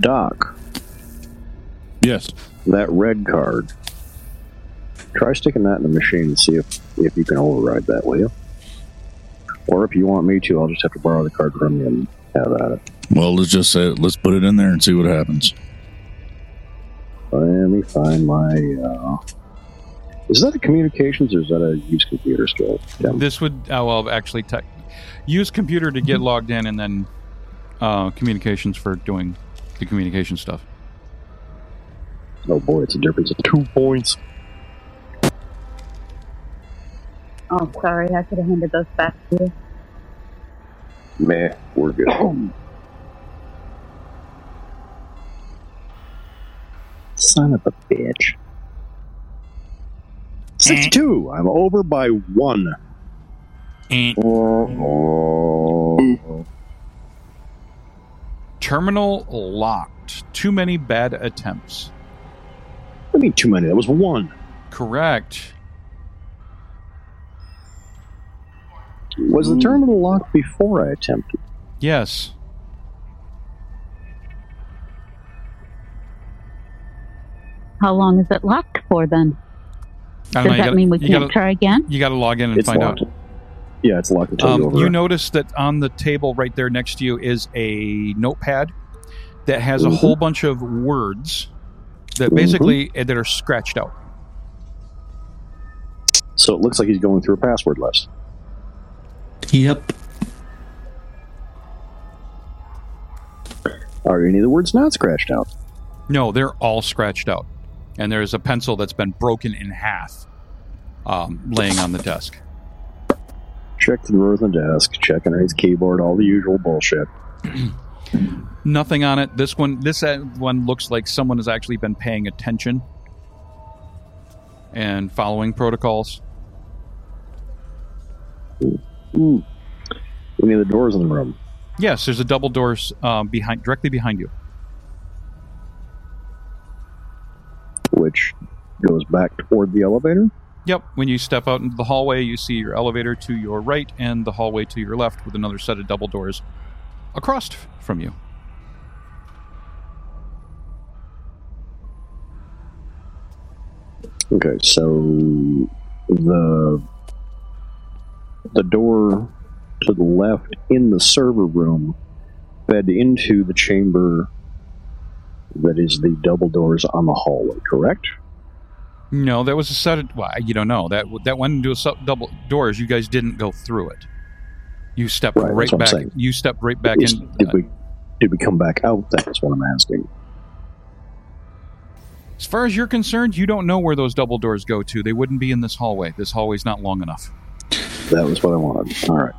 Speaker 3: Doc,
Speaker 7: Yes.
Speaker 3: that red card. Try sticking that in the machine and see if, if you can override that, will you? Or if you want me to, I'll just have to borrow the card from you and have at it.
Speaker 7: Well, let's just say let's put it in there and see what happens.
Speaker 3: Let me find my. Uh, is that a communications or is that a use computer skill? Yeah.
Speaker 2: This would oh, well actually tech, use computer to
Speaker 3: Mm-hmm.
Speaker 2: get logged in, and then uh, communications for doing the communication stuff.
Speaker 3: Oh boy, it's a difference of two points.
Speaker 10: Oh, sorry, I could have handed those back to you.
Speaker 9: Meh, we're
Speaker 2: <clears throat>
Speaker 9: good.
Speaker 3: Son of a bitch. 62! I'm over by one.
Speaker 2: Terminal locked. Too many bad attempts.
Speaker 3: I mean, too many. That was one.
Speaker 2: Correct.
Speaker 3: Was the terminal locked before I attempted?
Speaker 2: Yes.
Speaker 10: How long is it locked for then?
Speaker 2: I
Speaker 10: Does
Speaker 2: don't know,
Speaker 10: that
Speaker 2: you gotta-
Speaker 10: mean we
Speaker 2: you
Speaker 10: can't
Speaker 2: gotta-
Speaker 10: try again?
Speaker 2: You got to log in and
Speaker 3: it's
Speaker 2: find
Speaker 3: locked.
Speaker 2: out.
Speaker 3: Yeah, it's locked until
Speaker 2: Um,
Speaker 3: you over.
Speaker 2: you notice that on the table right there next to you is a notepad that has a
Speaker 3: Mhm.
Speaker 2: whole bunch of words that
Speaker 3: Mhm.
Speaker 2: basically eh, that are scratched out.
Speaker 3: so it looks like he's going through a password list.
Speaker 6: Yep.
Speaker 3: Are any of the words not scratched out?
Speaker 2: No, they're all scratched out, and there's a pencil that's been broken in half, um, laying on the desk.
Speaker 3: Check the drawers and desk, check underneath the keyboard, all the usual bullshit.
Speaker 2: Nothing on it. This one, this uh, one looks like someone has actually been paying attention and following protocols.
Speaker 3: Mm. Any of the doors in the room?
Speaker 2: Yes, there's a double doors um, behind, directly behind you.
Speaker 3: Which goes back toward the elevator?
Speaker 2: Yep. When you step out into the hallway, you see your elevator to your right and the hallway to your left with another set of double doors across f- from you.
Speaker 3: Okay, so the the door to the left in the server room fed into the chamber that is the double doors on the hallway, correct?
Speaker 2: No, that was a set of. Well, you don't know that that went into a sub- double doors. You guys didn't go through it. You stepped
Speaker 3: Right,
Speaker 2: right,
Speaker 3: that's what I'm
Speaker 2: back.
Speaker 3: saying.
Speaker 2: You stepped right back
Speaker 3: Is-
Speaker 2: in. uh,
Speaker 3: Did we did we come back out? That's what I'm asking.
Speaker 2: As far as you're concerned, you don't know where those double doors go to. They wouldn't be in this hallway. This hallway's not long enough.
Speaker 3: That was what I wanted. All right.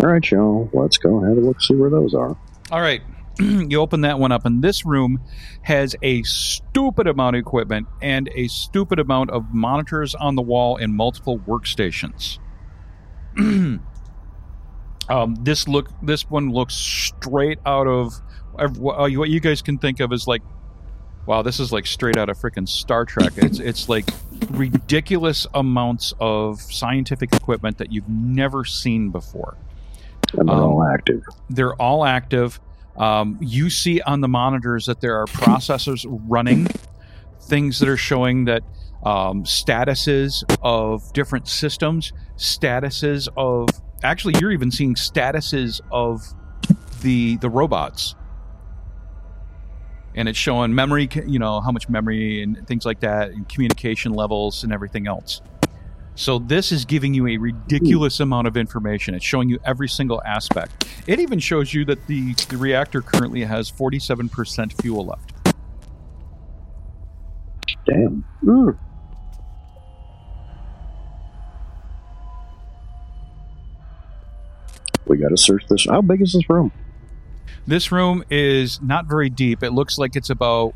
Speaker 3: All right, y'all. Let's go ahead and look see where those are.
Speaker 2: All right. <clears throat> you open that one up, and this room has a stupid amount of equipment and a stupid amount of monitors on the wall and multiple workstations. <clears throat> um, this look, this one looks straight out of ev- wh- uh, what you guys can think of as like, wow, this is like straight out of freaking Star Trek. It's it's like ridiculous amounts of scientific equipment that you've never seen before
Speaker 3: And they're
Speaker 2: Um,
Speaker 3: all active.
Speaker 2: they're all active. Um, you see on the monitors that there are processors running, things that are showing that um, statuses of different systems, statuses of actually, you're even seeing statuses of the the robots, and it's showing memory, ca- you know, how much memory and things like that, and communication levels and everything else. So this is giving you a ridiculous amount of information. It's showing you every single aspect. It even shows you that the, the reactor currently has 47% fuel left.
Speaker 3: Hmm. Damn. We got to search this. How big is this room?
Speaker 2: This room is not very deep. It looks like it's about.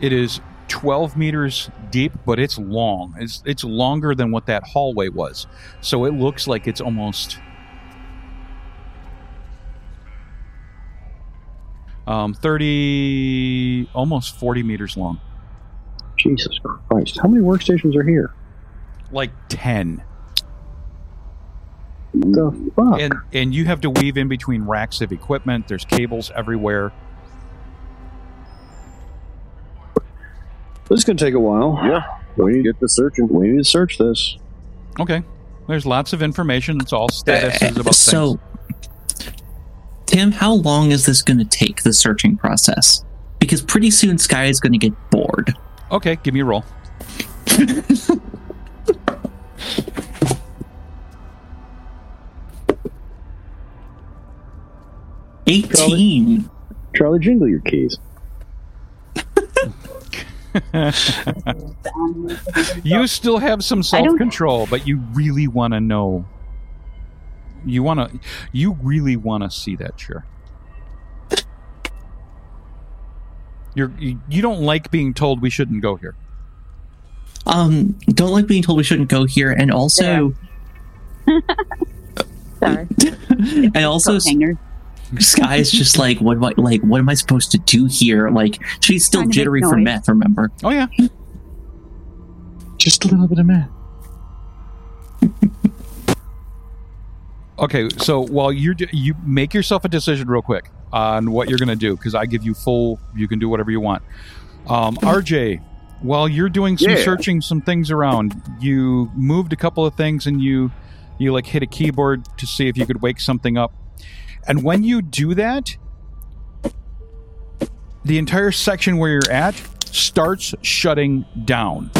Speaker 2: It is 12 meters deep, but it's long. It's it's longer than what that hallway was. So it looks like it's almost. Um, 30, almost 40 meters long.
Speaker 3: Jesus Christ! How many workstations are here?
Speaker 2: Like 10.
Speaker 3: The fuck?
Speaker 2: And, and you have to weave in between racks of equipment. There's cables everywhere.
Speaker 3: This is going to take a while.
Speaker 9: Yeah.
Speaker 3: We need get the searching. We need to search this.
Speaker 2: Okay. There's lots of information. It's all statuses about
Speaker 6: so,
Speaker 2: things.
Speaker 6: Tim, how long is this going to take the searching process? Because pretty soon Sky is going to get bored.
Speaker 2: Okay, give me a roll.
Speaker 6: Eighteen.
Speaker 3: Charlie, jingle your keys.
Speaker 2: You still have some self control, but you really want to know. You want to. You really want to see that chair. You're, you you don't like being told we shouldn't go here.
Speaker 6: Um, don't like being told we shouldn't go here, and also,
Speaker 10: Sorry.
Speaker 6: and also,
Speaker 10: Coat hanger.
Speaker 6: Sky's just like, what? What? Like, what am I supposed to do here? Like, she's still
Speaker 10: Trying to make
Speaker 6: jittery for
Speaker 10: noise.
Speaker 6: meth. Remember?
Speaker 2: Oh yeah.
Speaker 4: Just a little bit of math.
Speaker 2: Okay, so while you're do- you make yourself a decision real quick on what you're going to do because I give you full. You can do whatever you want. Um, RJ, while you're doing some
Speaker 9: Yeah.
Speaker 2: searching, some things around, you moved a couple of things and you you like hit a keyboard to see if you could wake something up. And when you do that, the entire section where you're at starts shutting down.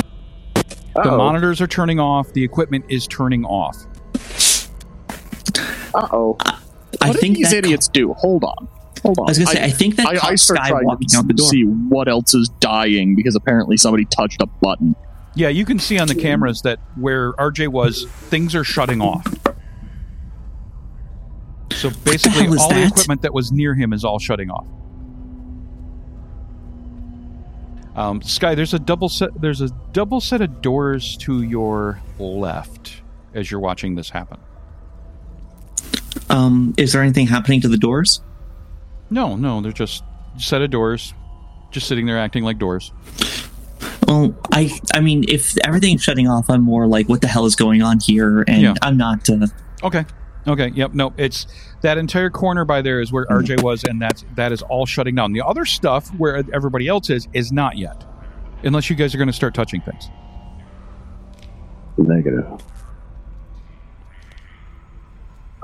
Speaker 2: The
Speaker 6: Oh.
Speaker 2: monitors are turning off. The equipment is turning off.
Speaker 9: Uh oh.
Speaker 6: I
Speaker 4: What did
Speaker 6: think
Speaker 4: these
Speaker 6: that
Speaker 4: idiots do? Hold on. Hold on.
Speaker 6: I was gonna say, I think that
Speaker 4: I,
Speaker 6: caught
Speaker 4: I start
Speaker 6: Sky
Speaker 4: trying
Speaker 6: walking
Speaker 4: to
Speaker 6: out the door.
Speaker 4: see what else is dying because apparently somebody touched a button.
Speaker 2: Yeah, you can see on the cameras that where RJ was, things are shutting off. So basically,
Speaker 6: hell is
Speaker 2: all the
Speaker 6: that?
Speaker 2: equipment that was near him is all shutting off. Um, Sky, there's a double set. There's a double set of doors to your left as you're watching this happen.
Speaker 6: Um, is there anything happening to the doors?
Speaker 2: No, no, they're just set of doors, just sitting there acting like doors.
Speaker 6: Well, I I mean, if everything's shutting off, I'm more like, what the hell is going on here? And
Speaker 2: Yeah.
Speaker 6: I'm not. Uh,
Speaker 2: Okay. Okay. Yep. No. It's that entire corner by there is where
Speaker 6: Hmm.
Speaker 2: RJ was, and that's that is all shutting down. The other stuff where everybody else is is not yet, unless you guys are going to start touching things.
Speaker 3: Negative.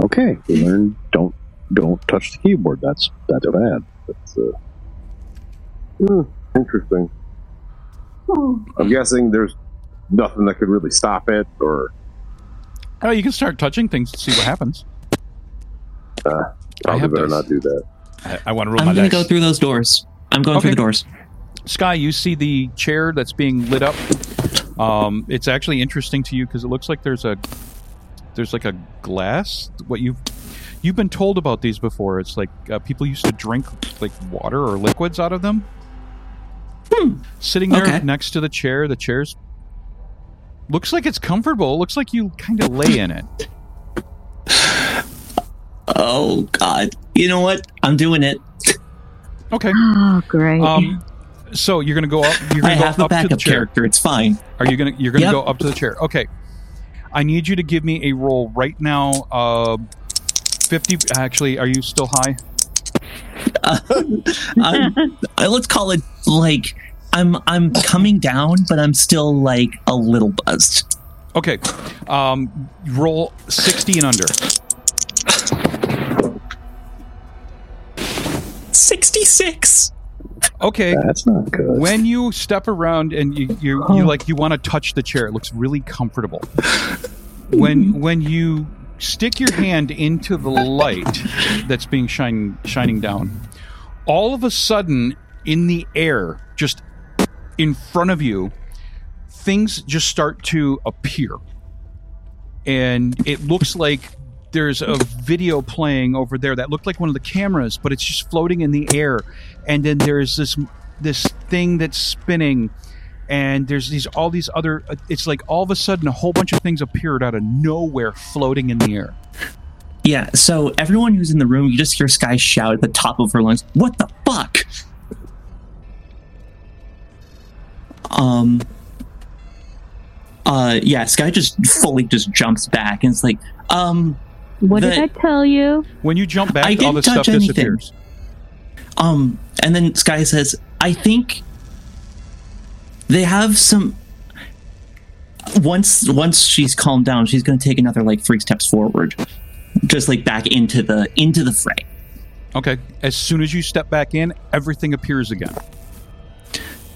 Speaker 3: Okay, we learned don't don't touch the keyboard. That's that's bad. That's, uh,
Speaker 9: Hmm, interesting. I'm guessing there's nothing that could really stop it, or
Speaker 2: Oh, you can start touching things to see what happens. I
Speaker 9: probably
Speaker 2: have
Speaker 9: better
Speaker 2: dice.
Speaker 9: not Uh, do that.
Speaker 2: I, want to roll my
Speaker 6: I'm gonna
Speaker 2: dice.
Speaker 6: go through those doors. I'm going
Speaker 2: Okay.
Speaker 6: through the doors.
Speaker 2: Sky, you see the chair that's being lit up. Um, it's actually interesting to you because it looks like there's a there's like a glass. What you've you've been told about these before? It's like uh, people used to drink like water or liquids out of them. Sitting there
Speaker 6: Hmm. Okay.
Speaker 2: next to the chair, the chair's looks like it's comfortable. Looks like you kind of lay in it.
Speaker 6: Oh God! You know what? I'm doing it.
Speaker 2: Okay.
Speaker 10: Oh, great.
Speaker 2: Um, so you're gonna go up. You're
Speaker 6: Hmm. I
Speaker 2: gonna
Speaker 6: have
Speaker 2: go
Speaker 6: a
Speaker 2: up to the
Speaker 6: backup
Speaker 2: chair.
Speaker 6: character. It's fine.
Speaker 2: Are you gonna you're gonna
Speaker 6: Yep.
Speaker 2: go up to the chair? Okay. I need you to give me a roll right now. Uh, Fifty. Actually, are you still high? <laughs>
Speaker 6: I'm, I, let's call it like I'm. I'm coming down, but I'm still like a little buzzed.
Speaker 2: Okay. Um, roll sixty and under.
Speaker 6: Sixty-six.
Speaker 2: Okay.
Speaker 3: that's not good.
Speaker 2: When you step around and you you, you like you want to touch the chair, it looks really comfortable. When when you stick your hand into the light that's being shining shining down, all of a sudden in the air, just in front of you, things just start to appear, and it looks like there's a video playing over there that looked like one of the cameras, but it's just floating in the air. And then there's this this thing that's spinning, and there's these all these other. It's like all of a sudden a whole bunch of things appeared out of nowhere, floating in the air.
Speaker 6: Yeah, so everyone who's in the room, you just hear Sky shout at the top of her lungs, What the fuck? Um Uh yeah, Sky just fully just jumps back and it's like, um
Speaker 10: What
Speaker 6: The-
Speaker 10: did I tell you? <laughs>
Speaker 2: When you jump
Speaker 6: I
Speaker 2: back,
Speaker 6: didn't
Speaker 2: all this
Speaker 6: touch
Speaker 2: stuff
Speaker 6: anything.
Speaker 2: disappears.
Speaker 6: um and then Sky says, I think they have some once once she's calmed down, she's gonna take another like three steps forward. Just like back into the into the fray.
Speaker 2: Okay, as soon as you step back in, everything appears again.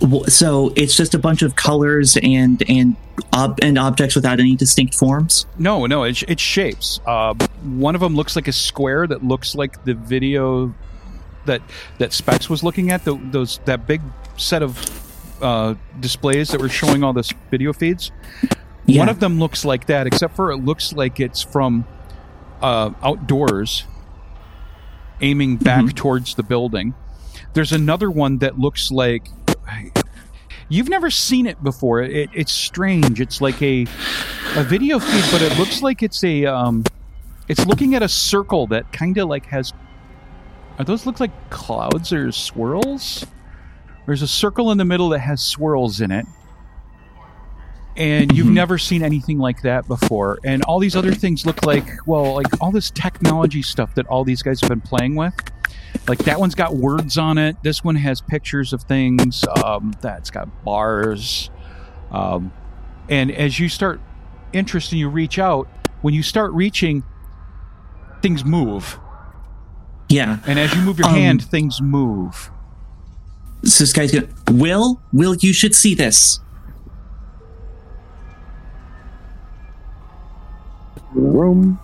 Speaker 6: Wh- so it's just a bunch of colors and and ob- and objects without any distinct forms
Speaker 2: No, no, it's it's shapes. Uh, one of them looks like a square that looks like the video that that Specs was looking at. tho- those that big set of uh, displays that were showing all this video feeds. One
Speaker 6: Yeah.
Speaker 2: of them looks like that, except for it looks like it's from uh, outdoors, aiming back towards the building. There's another one that looks like you've never seen it before. It, it's strange. It's like a a video feed, but it looks like it's a um, it's looking at a circle that kind of like has. Are those look like clouds or swirls? There's a circle in the middle that has swirls in it, and
Speaker 6: Mm-hmm.
Speaker 2: you've never seen anything like that before. And all these other things look like well, like all this technology stuff that all these guys have been playing with. Like that one's got words on it. This one has pictures of things. Um, that's got bars. Um, and as you start interested and you reach out, when you start reaching, things move.
Speaker 6: yeah
Speaker 2: And as you move your
Speaker 6: Um,
Speaker 2: hand, things move.
Speaker 6: so this guy's gonna will will you should see this
Speaker 3: Room.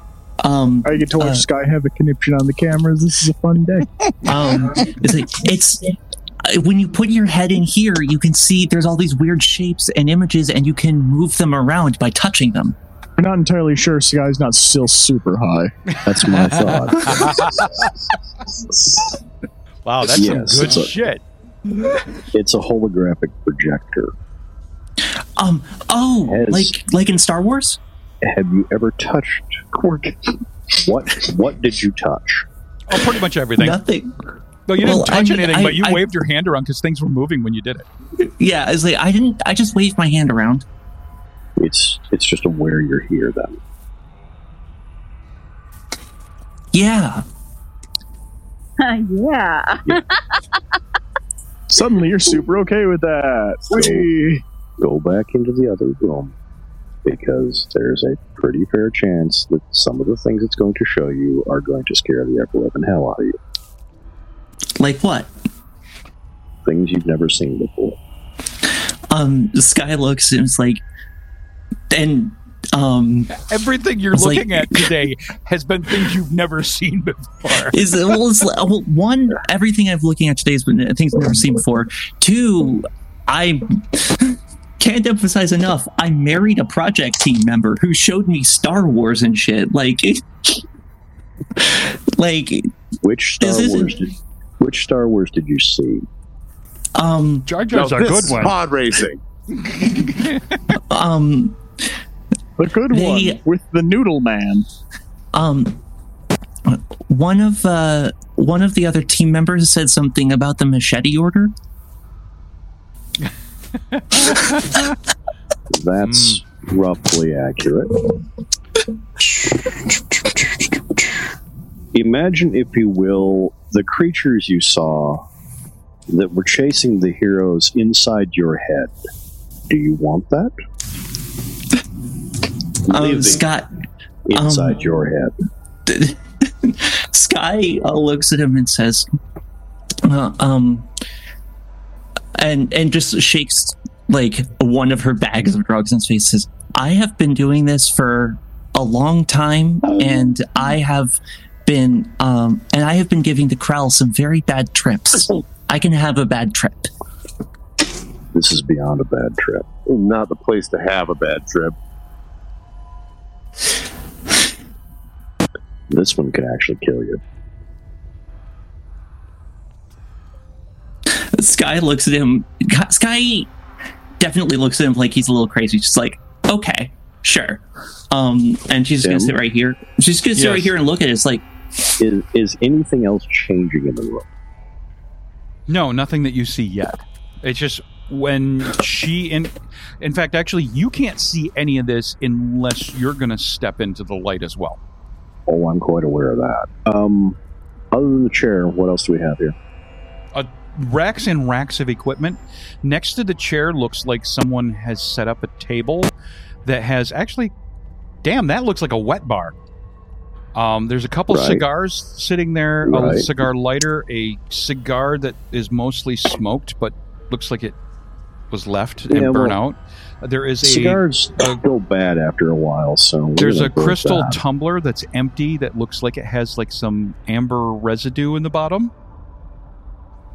Speaker 6: um
Speaker 4: I get to watch
Speaker 6: Uh,
Speaker 4: Sky have a conniption on the cameras. This is a fun day.
Speaker 6: um it's like it's uh, when you put your head in here you can see there's all these weird shapes and images and you can move them around by touching them
Speaker 4: I'm not entirely sure Sky's not still super high.
Speaker 3: That's my
Speaker 2: <laughs>
Speaker 3: thought.
Speaker 2: Wow, that's
Speaker 3: Yes,
Speaker 2: some good
Speaker 3: it's a-
Speaker 2: shit.
Speaker 3: it's a holographic projector.
Speaker 6: um oh
Speaker 3: Yes.
Speaker 6: like like in star wars
Speaker 3: Have you ever touched <laughs> cork? What What did you touch?
Speaker 2: Oh, pretty much everything. No,
Speaker 6: nothing
Speaker 2: you didn't
Speaker 6: Well, I
Speaker 2: touch
Speaker 6: mean,
Speaker 2: anything,
Speaker 6: I-
Speaker 2: but you
Speaker 6: I-
Speaker 2: waved your hand around because things were moving when you did it.
Speaker 6: yeah it's like i didn't i just waved my hand around
Speaker 3: It's It's just aware you're here. Then
Speaker 6: yeah
Speaker 10: yeah.
Speaker 4: Suddenly, you're super okay with that. Whee!
Speaker 3: go back into the other room because there's a pretty fair chance that some of the things it's going to show you are going to scare the ever living hell out of you.
Speaker 6: like what
Speaker 3: Things you've never seen before.
Speaker 6: um sky looks and it's like and um
Speaker 2: Everything you're
Speaker 6: It's like-
Speaker 2: looking
Speaker 6: <laughs>
Speaker 2: at today has been things you've never <laughs> seen before.
Speaker 6: is well, it's, well one everything i'm looking at today is been things i've never seen before two i can't emphasize enough i married a project team member who showed me star wars and shit like <laughs> like
Speaker 3: Which Star
Speaker 6: This isn't-
Speaker 3: Wars? Did, which Star Wars did you see?
Speaker 6: um
Speaker 2: Jar
Speaker 9: Now,
Speaker 2: Jar's a
Speaker 9: this
Speaker 2: good
Speaker 9: is
Speaker 2: one.
Speaker 9: pod
Speaker 3: <laughs>
Speaker 9: racing.
Speaker 6: um
Speaker 4: The good
Speaker 6: They-
Speaker 4: one with the noodle man.
Speaker 6: um one of uh one of the other team members said something about the machete order
Speaker 3: That's
Speaker 6: Hmm.
Speaker 3: roughly accurate. Imagine, if you will, the creatures you saw that were chasing the heroes inside your head. Do you want
Speaker 6: <laughs>
Speaker 3: that?
Speaker 6: um
Speaker 3: Living
Speaker 6: scott
Speaker 3: inside
Speaker 6: um,
Speaker 3: your head.
Speaker 6: Sky uh, looks at him and says, uh, "Um," and and just shakes like one of her bags of drugs in his face. Says, "I have been doing this for a long time, and I have been um, and I have been giving the Krell some very bad trips. I can have a bad trip."
Speaker 3: This is beyond a bad trip.
Speaker 9: Not the place to have a bad trip.
Speaker 3: This one can actually kill you.
Speaker 6: Sky looks at him. Sky definitely looks at him like he's a little crazy. She's like, okay, sure. Um, and she's just gonna
Speaker 3: Tim?
Speaker 6: sit right here. She's just gonna sit
Speaker 2: Yes.
Speaker 6: right here and look at it. It's like,
Speaker 3: Is, is anything else changing in the room?
Speaker 2: No, nothing that you see yet. It's just when she in in fact actually you can't see any of this unless you're going to step into the light as well.
Speaker 3: Oh, I'm quite aware of that. Um, other than the chair, what else do we have here?
Speaker 2: Racks and racks of equipment. Next to the chair looks like someone has set up a table that has actually damn that looks like a wet bar. Um, there's a couple
Speaker 3: Right.
Speaker 2: cigars sitting there,
Speaker 3: Right.
Speaker 2: a cigar lighter, a cigar that is mostly smoked but looks like it was left and
Speaker 3: Yeah,
Speaker 2: burnt out.
Speaker 3: well,
Speaker 2: There is a
Speaker 3: Cigars go bad after a while, so we're
Speaker 2: uh, There's
Speaker 3: gonna
Speaker 2: a
Speaker 3: break
Speaker 2: crystal
Speaker 3: that.
Speaker 2: tumbler that's empty that looks like it has like some amber residue in the bottom.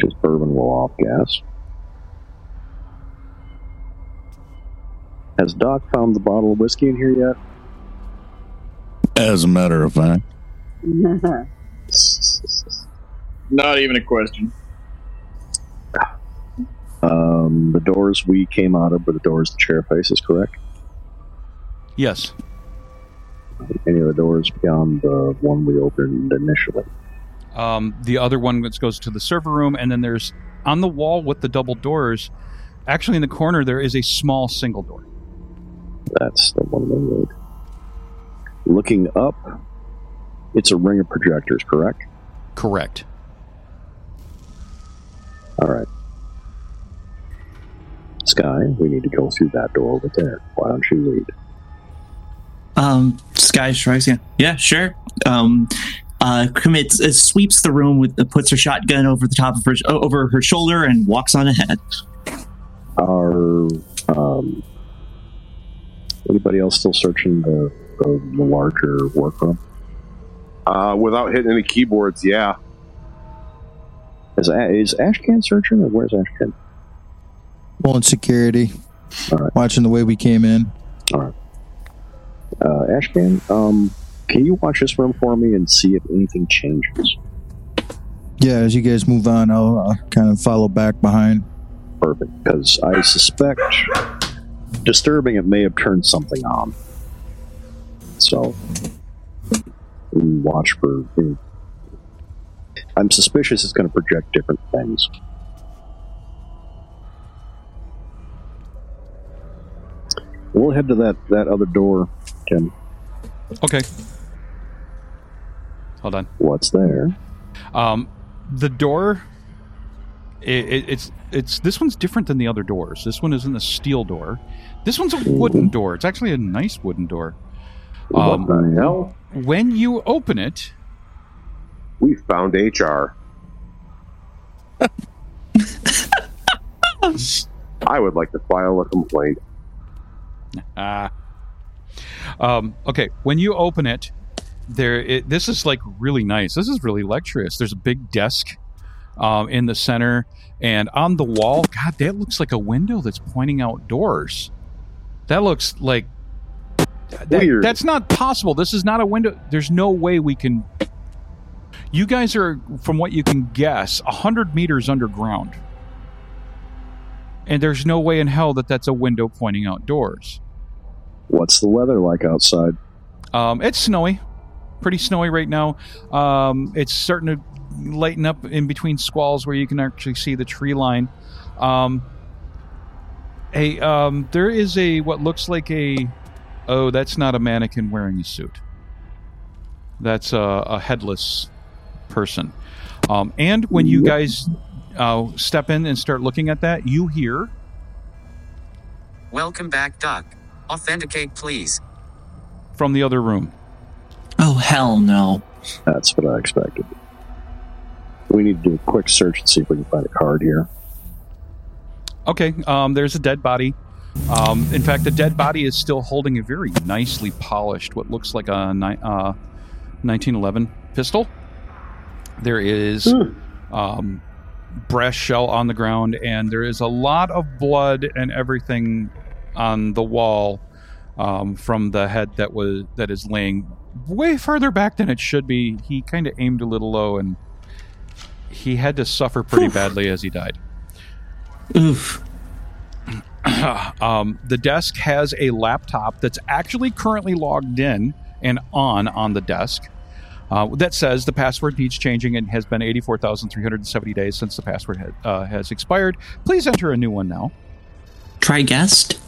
Speaker 3: 'Cause bourbon will off gas. Has Doc found the bottle of whiskey in here yet?
Speaker 7: As a matter of fact,
Speaker 4: Not even a question.
Speaker 3: Um, the doors we came out of were the doors the chair faces, correct?
Speaker 2: Yes.
Speaker 3: Any of the doors beyond the one we opened initially?
Speaker 2: Um, the other one which goes to the server room, and then there's on the wall with the double doors. Actually, in the corner there is a small single door.
Speaker 3: That's the one we need. Looking up, it's a ring of projectors, correct?
Speaker 2: Correct.
Speaker 3: All right. Sky, we need to go through that door over there. Why don't you lead?
Speaker 6: um, Sky shrugs. Yeah, yeah, sure. Um, uh, commits, uh, sweeps the room with, uh, puts her shotgun over the top of her, oh, over her shoulder, and walks on ahead.
Speaker 3: Are um, anybody else still searching the, the, the larger workroom?
Speaker 9: Uh, without hitting any keyboards, yeah.
Speaker 3: Is, A- is Ashcan searching, or where's Ashcan?
Speaker 11: Pulling security,
Speaker 3: All right.
Speaker 11: watching the way we came in.
Speaker 3: Uh, Ashcan, um, can you watch this room for me and see if anything changes?
Speaker 11: Yeah, as you guys move on, I'll uh, kind of follow back behind.
Speaker 3: Perfect, because I suspect disturbing it may have turned something on. So, we watch for. mm. I'm suspicious it's going to project different things. We'll head to that, that other door, Tim.
Speaker 2: Okay. Hold on.
Speaker 3: What's there?
Speaker 2: Um, the door. It, it, it's it's this one's different than the other doors. This one isn't a steel door. This one's a wooden door. It's actually a nice wooden door. Um,
Speaker 9: what the hell?
Speaker 2: When you open it,
Speaker 9: We found HR. I would like to file a complaint.
Speaker 2: Ah. Um, okay, when you open it, there. It, this is like really nice. This is really luxurious. There's a big desk um, in the center, and on the wall, God, that looks like a window that's pointing outdoors. That looks like that-
Speaker 9: Weird.
Speaker 2: that's not possible. This is not a window. There's no way we can. You guys are, from what you can guess, hundred meters underground, and there's no way in hell that that's a window pointing outdoors.
Speaker 3: What's the weather like outside?
Speaker 2: Um, it's snowy, pretty snowy right now. Um, it's starting to lighten up in between squalls where you can actually see the tree line. Um, a um, there is a what looks like a oh that's not a mannequin wearing a suit. That's a, a headless person. Um, and when you guys uh, step in and start looking at that, you hear
Speaker 12: Welcome back, Doc. Authenticate, please.
Speaker 2: from the other room.
Speaker 6: Oh hell no!
Speaker 3: That's what I expected. We need to do a quick search and see if we can find a card here.
Speaker 2: Okay, um, there's a dead body. Um, in fact, the dead body is still holding a very nicely polished, what looks like a ni- uh, 1911 pistol. There is um, brass shell on the ground, and there is a lot of blood and everything on the wall um, from the head that was that is laying way farther back than it should be. He kind of aimed a little low, and he had to suffer pretty badly as he died.
Speaker 6: Oof.
Speaker 2: um, the desk has a laptop that's actually currently logged in and on on the desk. Uh, that says the password needs changing and has been 84,370 days since the password had, uh, has expired. Please enter a new one now.
Speaker 6: Try guest.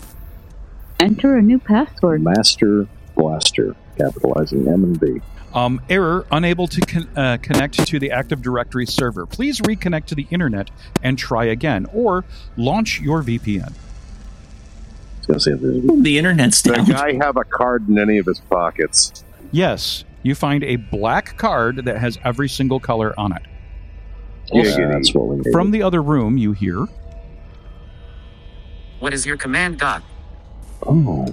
Speaker 10: Enter a new password.
Speaker 3: Master Blaster, capitalizing M and B.
Speaker 2: Um, error, unable to con- uh, connect to the Active Directory server. Please reconnect to the internet and try again, or launch your VPN.
Speaker 6: The internet's
Speaker 9: Does the guy have a card in any of his pockets?
Speaker 2: Yes, you find a black card that has every single color on it.
Speaker 3: Yeah, yeah, that's what we need.
Speaker 2: From the other room, you hear
Speaker 12: What is your command, Doc?
Speaker 3: Oh,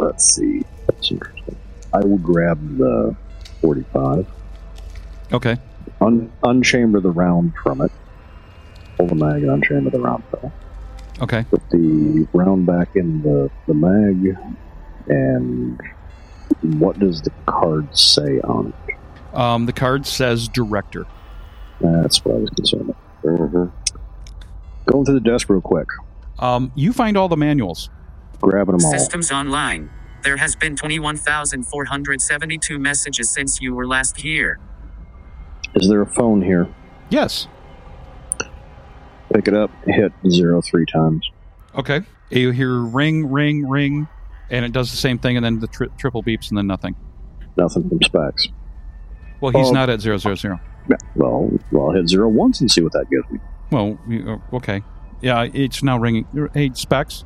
Speaker 3: let's see. That's interesting. I will grab the 45.
Speaker 2: Okay.
Speaker 3: Un- unchamber the round from it. Pull the mag and unchamber the round from it.
Speaker 2: Okay.
Speaker 3: Put the round back in the, the mag. And what does the card say on it?
Speaker 2: um, the card says director.
Speaker 3: That's what I was concerned with.
Speaker 9: Mm-hmm.
Speaker 3: Going to the desk real quick.
Speaker 2: Um, you find all the manuals.
Speaker 3: Grabbing them all.
Speaker 12: Systems online. There has been 21,472 messages since you were last here.
Speaker 3: Is there a phone here?
Speaker 2: Yes.
Speaker 3: Pick it up, hit zero three times.
Speaker 2: Okay. You hear ring, ring, ring, and it does the same thing, and then the tri- triple beeps, and then nothing.
Speaker 3: Nothing from Specs.
Speaker 2: Well, he's
Speaker 3: Oh.
Speaker 2: not at zero zero zero.
Speaker 3: Yeah, well, well, I'll hit zero once and see what that gives me.
Speaker 2: Well, you- uh, okay. Yeah, it's now ringing. Hey, Specs,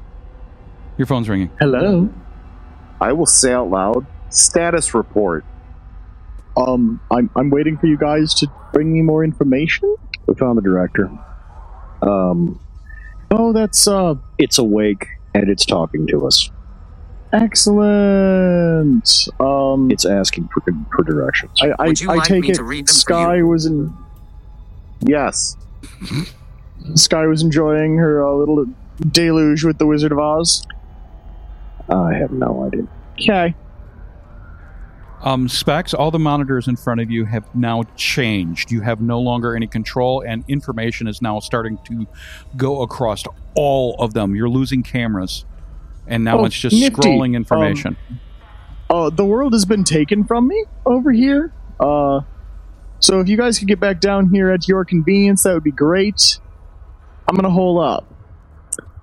Speaker 2: your phone's ringing.
Speaker 6: Hello.
Speaker 9: I will say out loud status report.
Speaker 4: Um, I'm I'm waiting for you guys to bring me more information.
Speaker 3: We found the director. Um, oh, that's uh, it's awake and it's talking to us.
Speaker 4: Excellent. Um,
Speaker 3: It's asking for, for directions.
Speaker 4: I I,
Speaker 12: Would you
Speaker 4: I
Speaker 12: like
Speaker 4: take
Speaker 12: me
Speaker 4: it
Speaker 12: to read them for
Speaker 4: Sky was in
Speaker 9: Yes.
Speaker 4: Sky was enjoying her uh, little deluge with the Wizard of Oz.
Speaker 3: I have no idea.
Speaker 4: Okay.
Speaker 2: Um, Specs, all the monitors in front of you have now changed. You have no longer any control, and information is now starting to go across all of them. You're losing cameras, and now
Speaker 4: Oh,
Speaker 2: it's just
Speaker 4: nifty.
Speaker 2: scrolling information.
Speaker 4: Uh, the world has been taken from me over here. Uh, so if you guys could get back down here at your convenience, that would be great. I'm gonna hole up.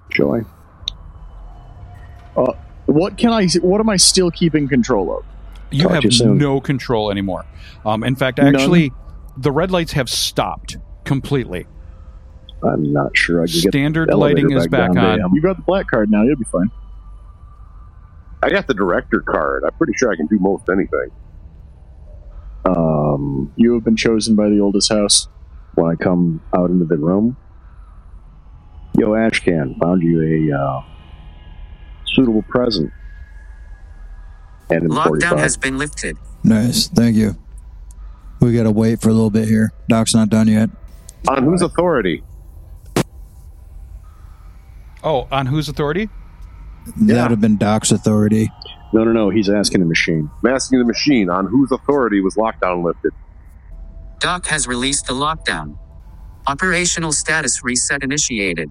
Speaker 3: Joy.
Speaker 4: Uh, what can I? What am I still keeping control of?
Speaker 2: you
Speaker 3: Talk
Speaker 2: have
Speaker 3: to you soon.
Speaker 2: no control anymore. Um, in fact,
Speaker 4: None?
Speaker 2: actually, the red lights have stopped completely.
Speaker 3: I'm not sure I can get
Speaker 2: Standard
Speaker 3: the elevator
Speaker 2: lighting is back
Speaker 3: down to
Speaker 2: on.
Speaker 3: him.
Speaker 4: You got the black card now. You'll be fine.
Speaker 9: I got the director card. I'm pretty sure I can do most anything.
Speaker 3: Um,
Speaker 4: You have been chosen by the oldest house.
Speaker 3: when I come out into the room, yo, Ashcan, found you a uh, suitable present. And in
Speaker 12: Lockdown
Speaker 3: 45.
Speaker 12: has been lifted.
Speaker 11: Nice. Thank you. We gotta wait for a little bit here. Doc's not done yet.
Speaker 9: On whose authority?
Speaker 2: Oh, on whose authority?
Speaker 11: That'd have been Doc's authority.
Speaker 3: no, no, no. He's asking the machine.
Speaker 9: I'm asking the machine. On whose authority was lockdown lifted?
Speaker 12: Doc has released the lockdown. Operational status reset initiated.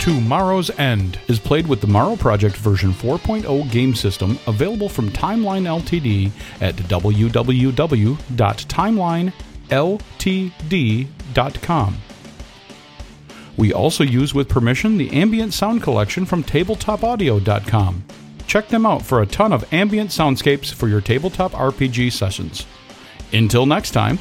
Speaker 2: Tomorrow's End is played with the Morrow Project version 4.0 game system available from Timeline Ltd at www.timelineltd.com. We also use with permission the ambient sound collection from tabletopaudio.com. Check them out for a ton of ambient soundscapes for your tabletop RPG sessions. Until next time,